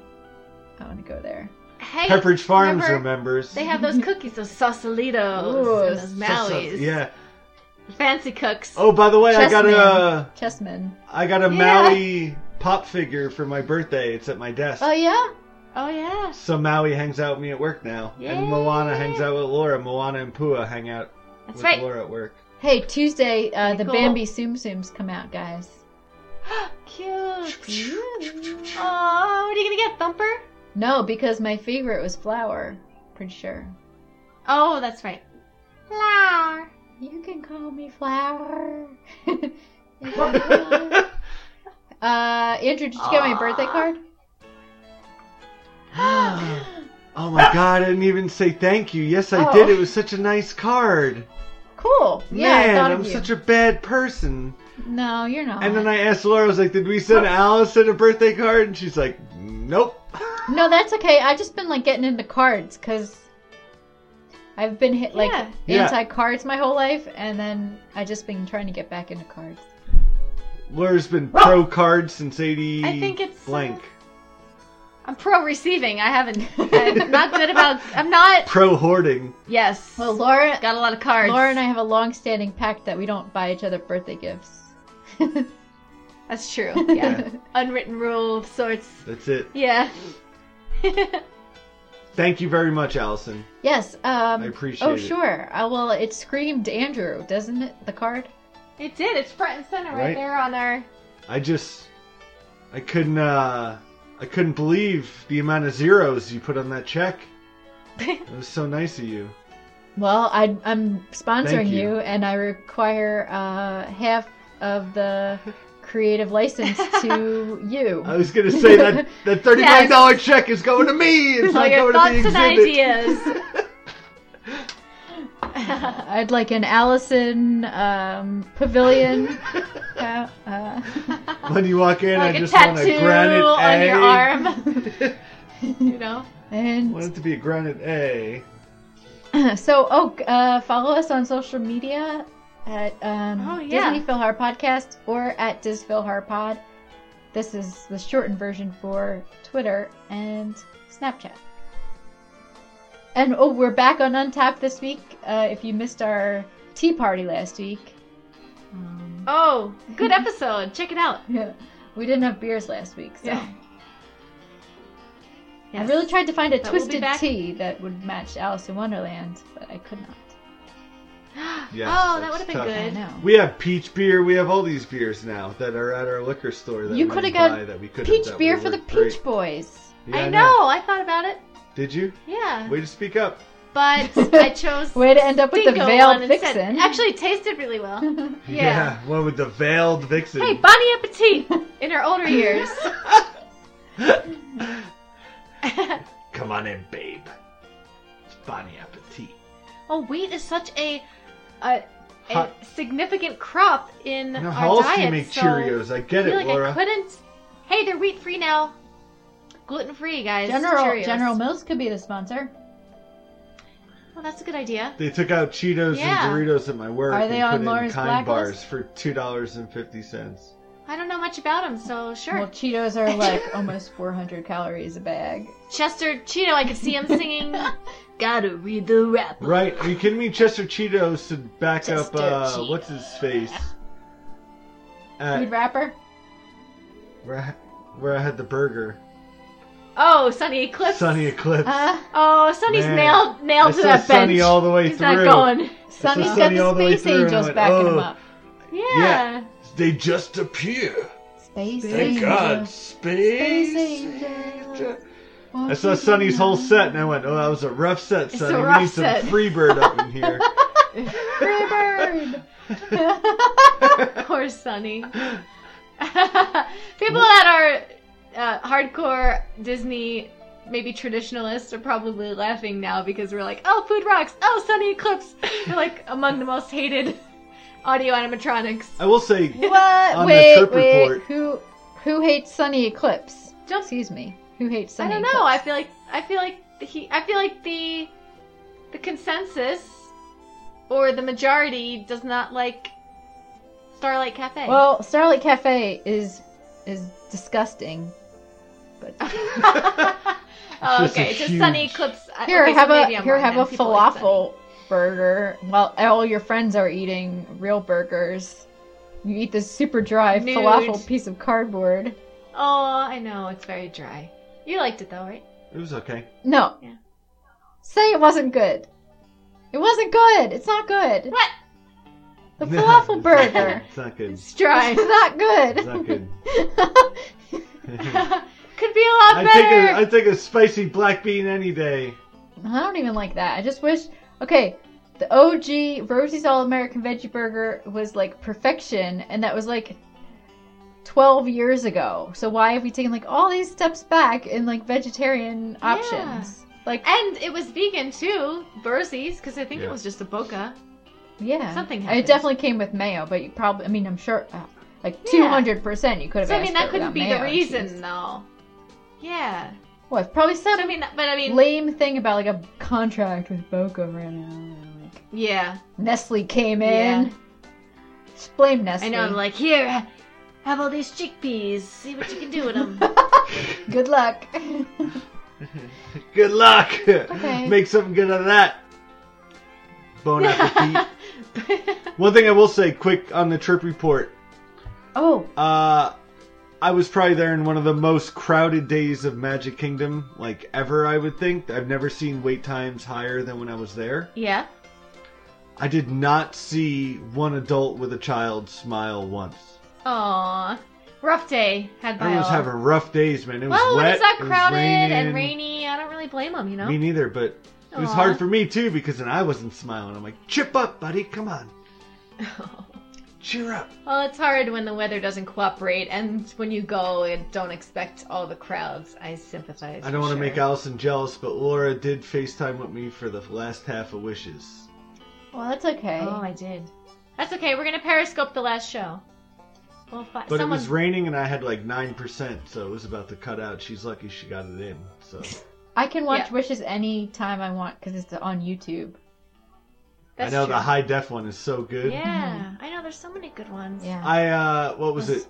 E: I want to go there.
F: Hey,
D: Pepperidge Farms
F: remember-
D: remembers.
F: They have those cookies, those sausalitos,
E: Ooh,
F: and those Maui's.
D: Yeah.
F: Fancy cooks.
D: Oh, by the way, I got
E: Chessmen.
D: a,
E: Chessmen.
D: I got a
F: Yeah.
D: Maui pop figure for my birthday. It's at my desk.
E: Oh yeah.
F: Oh, yeah.
D: So Maui hangs out with me at work now,
F: Yay.
D: and Moana hangs out with Laura. Moana and Pua hang out
F: That's
D: with
F: right.
D: Laura at work.
E: Hey, Tuesday, uh, the
F: Pretty cool.
E: Bambi Tsum Tsums come out, guys.
F: Cute. Oh, what are you going to get? Thumper?
E: No, because my favorite was Flower. Pretty sure.
F: Oh, that's right. Flower.
E: You can call me Flower. uh, Andrew, did you get my
D: Ah.
E: birthday card?
D: Oh my god, I didn't even say thank you. Yes, I
E: Oh.
D: did. It was such a nice card.
E: Cool. Yeah, I
D: Man,
E: thought of
D: I'm
E: you. Oh
D: such a bad person.
E: No, you're not.
D: And then I asked Laura, I was like, did we send Allison a birthday card? And she's like, nope.
E: No, that's okay. I've just been like getting into cards because I've been hit like
F: Yeah.
D: Yeah.
E: anti cards my whole life, and then I just been trying to get back into cards.
D: Laura's been pro card since 80
F: I think it's, uh,
D: blank.
F: I'm pro receiving. I haven't. I'm not good about. I'm not.
D: Pro hoarding.
F: Yes.
E: Well, Laura,
F: got a lot of cards.
E: Laura and I have a long-standing pact that we don't buy each other birthday gifts.
F: That's true. Yeah. Unwritten rule of sorts.
D: That's it.
F: Yeah.
D: Thank you very much, Allison.
E: Yes. Um,
D: I appreciate
E: Oh,
D: it.
E: sure. Uh, well, it screamed Andrew, doesn't it? The card.
F: It did. It's front and center right,
D: Right.
F: there on our.
D: I just I couldn't uh I couldn't believe the amount of zeros you put on that check. it was so nice of you.
E: Well, I, I'm sponsoring
D: Thank
E: you.
D: you.
E: and I require uh, half of the creative license to you.
D: I was gonna say that that thirty nine dollar check is going to me. It's
F: All
D: not
F: your
D: going to
F: thoughts
D: the
F: and
D: exhibit.
F: ideas.
E: I'd like an Allison um, pavilion. uh, uh,
D: When you walk in,
F: like
D: I
F: a
D: just want
F: tattoo
D: a granite
F: on
D: A.
F: your arm. you know?
D: I
E: and
D: want it to be a granite A.
E: so oh uh, follow us on social media at um,
F: Oh, yeah.
E: disney philhar podcast or at disphilharpod this is the shortened version for twitter and snapchat and oh we're back on untap this week uh, if you missed our tea party last week um,
F: Oh, good episode. Check it out.
E: yeah, we didn't have beers last week so
F: Yeah.
E: i really tried to find a
F: But we'll be
E: twisted
F: back.
E: tea that would match alice in wonderland but i could not
D: Yes,
F: Oh, that
D: that's
F: would've been
D: tough.
E: i
F: good.
E: know
D: We have peach beer. We have all these beers now that are at our liquor store. That
E: You
D: we
E: coulda
D: didn't
E: got
D: buy that we couldn't-
E: Peach
D: that
E: beer
D: would
E: for the
D: work great.
E: Peach Boys.
D: Yeah,
F: I know. I thought about it.
D: Did you?
F: Yeah.
D: Way to speak up.
F: But I chose
E: Way to end up with the
F: Dingo
E: veiled
F: one instead.
E: vixen.
F: Actually, it tasted really well. Yeah.
D: one with the veiled vixen.
F: hey, Bonnie Appetit in her older years.
D: Come on in, babe. It's Bonnie Appetit.
F: oh, wheat is such a, a a
D: Hot-
F: significant crop in
D: Now,
F: our
D: how else
F: diet.
D: do you make
F: so
D: Cheerios? I
F: I
D: get
F: feel
D: it,
F: like
D: Laura.
F: I couldn't. Hey, they're wheat free now. Gluten free, guys.
E: General
F: Cheerios.
E: General Mills could be the sponsor.
F: Well, that's a good idea.
D: They took out Cheetos
F: Yeah.
D: and Doritos at my work
E: Are
D: and
E: they
D: put
E: on
D: in
E: Laura's
D: kind bars
E: blacklist?
D: for two dollars and fifty cents.
F: I don't know much about them, so sure.
E: Well, Cheetos are like almost 400 calories a bag.
F: Chester Cheeto, I could see him singing. Gotta read the rap.
D: Right? Are you kidding me? Chester Cheetos to back up
F: Chester
D: uh,
F: Cheetos.
D: what's his face?
E: Food
D: At
E: wrapper.
D: where, I, where I had the burger,
F: Oh, Sunny Eclipse.
D: Sunny Eclipse.
E: Uh,
F: Oh, Sunny's
D: Man.
F: nailed
D: I
F: nailed to
D: saw
F: that bench.
D: Sunny all the way
F: He's
D: through.
F: not going.
E: Sonny's
D: Sunny
E: got
D: all
E: the
D: the way
E: space
D: through, and I
E: angels
D: went,
E: backing him
D: "Oh."
E: up.
F: Yeah.
D: They just appear.
E: Space
D: Thank
E: angels.
D: God, space.
E: Space angels.
D: I saw Sonny's whole set and I went, "Oh, that was a rough set,
F: a
D: Sonny.
F: rough
D: We need some
F: set."
D: Freebird up in here."
E: Free bird.
F: Poor Sunny. People that are uh, hardcore Disney, maybe traditionalists, are probably laughing now because we're like, oh, Food Rocks, oh, Sunny Eclipse. We're like among the most hated audio animatronics.
D: I will say,
E: What?
D: On the
E: wait,
D: trip
E: wait.
D: report.
E: Who who hates sunny eclipse?
F: Don't-
E: Excuse me. Who hates
F: I
E: sunny?
F: don't know. I
E: Eclipse?
F: feel like I feel like the, he. I feel like the the consensus or the majority does not like Starlight Cafe.
E: Well, Starlight Cafe is is disgusting. But
F: oh,
D: Just a
F: okay, it's a
D: huge-
F: Sunny Eclipse. I-
E: here,
F: okay, so
E: have
F: maybe
E: a
F: I'm
E: here
F: wrong
E: have
F: then.
E: a
F: People like Sunny.
E: falafel burger while all your friends are eating real burgers. You eat this super dry
F: Nude.
E: falafel piece of cardboard.
F: Oh, I know it's very dry. You liked it though, right?
D: it was okay.
E: No.
F: Yeah.
E: Say it wasn't good. It wasn't good. It's not good.
F: What?
E: The
D: No,
E: falafel
D: it's not good.
E: burger.
D: It's not good.
F: It's dry.
E: It's not good.
D: It's not good.
F: Could be a
D: I
F: lot
D: take
F: better.
D: a I take a spicy black bean any day.
E: I don't even like that. I just wish. Okay, the OG Rosie's All American Veggie Burger was like perfection, and that was like 12 years ago. So why have we taken like all these steps back in like vegetarian options? Like,
F: And it was vegan too, Bursey's, because I think
D: Yeah.
F: it was just a boca.
E: yeah,
F: something
E: It
F: happened.
E: definitely came with mayo, but you probably. I mean, I'm sure. Uh, like
F: Yeah.
E: two hundred percent, you could have.
F: So I
E: asked
F: mean,
E: for it
F: that couldn't
E: without
F: be
E: mayo
F: the
E: and
F: reason,
E: cheese.
F: though. Yeah.
E: Well, I've probably
F: So
E: said
F: I mean, but I mean,
E: lame thing about like a contract with Boca right now. Like,
F: yeah.
E: Nestle came in. Just blame Nestle.
F: I know. I'm like, here, ha- have all these chickpeas. See what you can do with them.
E: Good luck.
D: Good luck.
E: Okay.
D: Make something good out of that. Bon appetit. One thing I will say, quick on the trip report.
E: oh,
D: Uh, I was probably there in one of the most crowded days of Magic Kingdom, like ever. I would think. I've never seen wait times higher than when I was there.
F: yeah.
D: I did not see one adult with a child smile once.
F: Aw. Rough day had by
D: Everyone's
F: all.
D: having rough days, man. It was wet.
F: well, when it's that
D: it was
F: crowded and
D: raining.
F: rainy, I don't really blame them. You know.
D: Me neither, but it was
F: Aw.
D: hard for me too because then I wasn't smiling. I'm like, chip up, buddy, come on, cheer up.
F: Well, it's hard when the weather doesn't cooperate, and when you go and don't expect all the crowds. I sympathize.
D: I don't
F: for
D: want to
F: sure.
D: make Allison jealous, but Laura did FaceTime with me for the last half of Wishes.
E: well, that's okay.
F: Oh, I did. That's okay. We're gonna Periscope the last show. We'll find
D: But
F: someone.
D: it was raining and I had like 9%, so it was about to cut out. She's lucky she got it in. So
E: I can watch
F: Yeah.
E: Wishes any time I want because it's on YouTube.
D: I
F: That's
D: know
F: true.
D: the high def one is so good.
F: Yeah, I know. There's so many good ones.
E: Yeah.
D: I, uh, what was it?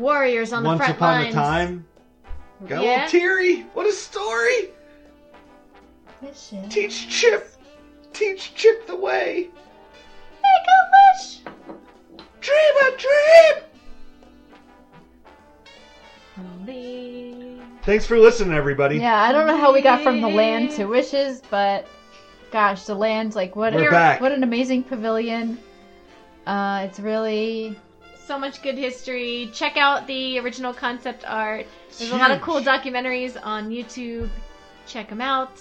F: Warriors on
D: Once
F: the front
D: Upon
F: lines.
D: a Time? Got a
F: Yeah.
D: little teary. What a story!
E: Wishes.
D: Teach Chip! Teach Chip the way!
F: Make a wish.
D: Dream a dream!
F: Only-
D: Thanks for listening, everybody.
E: Yeah, I don't know how we got from the land to Wishes, but gosh, the land's like what
D: We're
E: a,
D: back.
E: what an amazing pavilion. Uh, it's really
F: So much good history. Check out the original concept art. There's a lot of
D: Huge.
F: cool documentaries on YouTube. Check them out.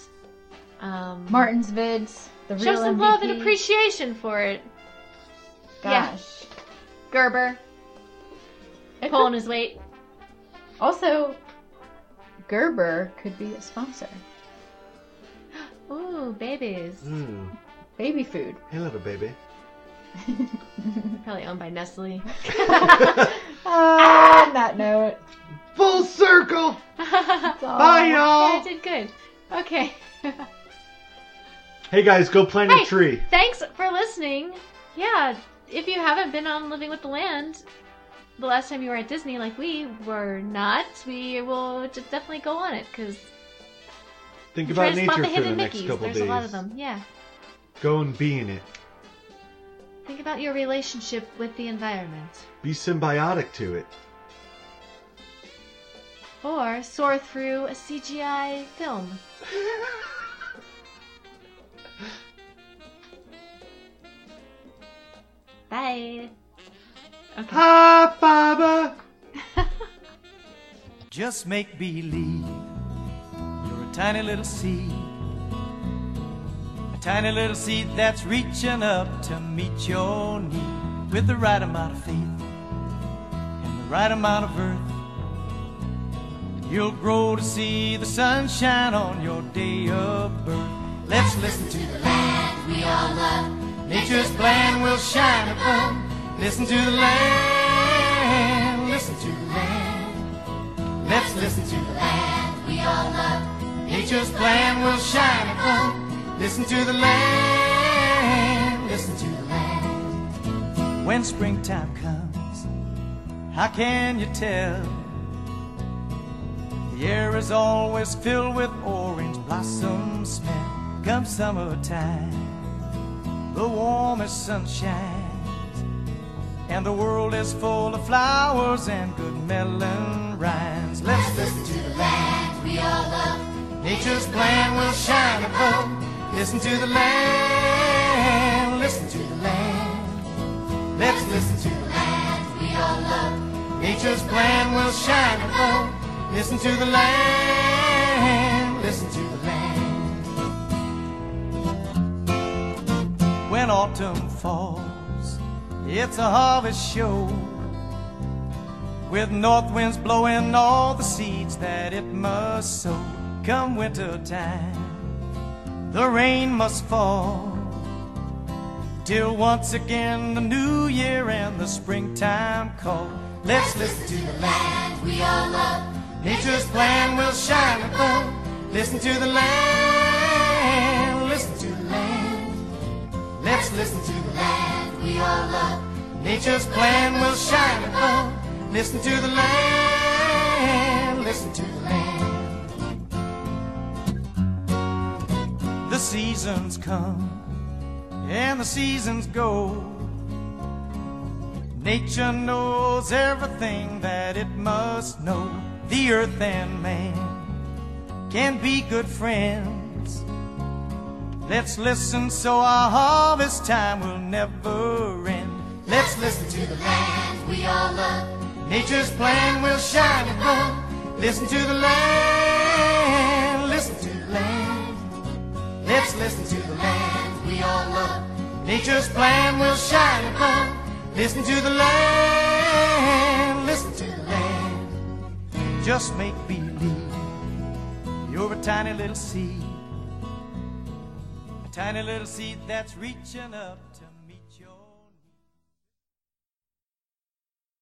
F: Um,
E: Martin's vids. The
F: show
E: real
F: some love and
E: MVP.
F: appreciation for it. yeah.
E: Gosh.
F: Gerber pulling his weight.
E: Also, Gerber could be a sponsor.
F: Ooh, babies.
D: Mm.
E: Baby food.
D: Hey, little Mm. baby.
F: Probably owned by Nestle.
E: Ah, on that note.
D: Full circle.
E: it's all-
D: Bye,
F: Yeah, I
D: y'all.
F: did good. Okay.
D: Hey guys, go plant
F: Hey.
D: a tree.
F: Thanks for listening. Yeah, if you haven't been on Living with the Land, the last time you were at Disney, like we were not, we will just definitely go on it because
D: Think
F: try
D: about
F: to
D: nature
F: spot the
D: for the
F: hidden
D: next
F: Mickeys.
D: couple
F: There's
D: days.
F: a lot of them. Yeah.
D: Go and be in it.
F: Think about your relationship with the environment,
D: Be symbiotic to it.
F: or soar through a CGI film. Bye.
D: Hi, Baba.
G: Just make believe you're a tiny little seed. A tiny little seed that's reaching up to meet your need with the right amount of faith and the right amount of earth. You'll grow to see the sunshine on your day of birth. Let's listen to the land we all love. Nature's plan will shine above. Listen to the land. Listen to the land. Let's listen to the land we all love. Nature's plan will shine above. Listen to the land. Listen to the land. When springtime comes, how can you tell? The air is always filled with orange blossom smell. Come summertime, the warmest sunshine. And the world is full of flowers and good melon rhymes. Let's listen to the land we all love. Nature's plan will shine above. Listen to the land. Listen to the land. Let's listen to the land we all love. Nature's plan will shine above. Listen to the land. Listen to the land. When autumn falls. It's a harvest show with north winds blowing all the seeds that it must sow. Come winter time, the rain must fall till once again the new year and the springtime call. Let's listen to the land we all love. Nature's plan will shine above. Listen to the land. Listen to the land. Let's listen to the land we all love. Nature's plan will shine above. Listen to the land. Listen to the land. The seasons come and the seasons go. Nature knows everything that it must know. The earth and man can be good friends. Let's listen so our harvest time will never end. Let's listen to the land we all love. Nature's plan will shine above. Listen to the land. Listen to the land. Let's listen to the land we all love. Nature's plan will shine above. Listen to the land. Listen to the land. Just make believe you're a tiny little seed. A tiny little seed that's reaching up to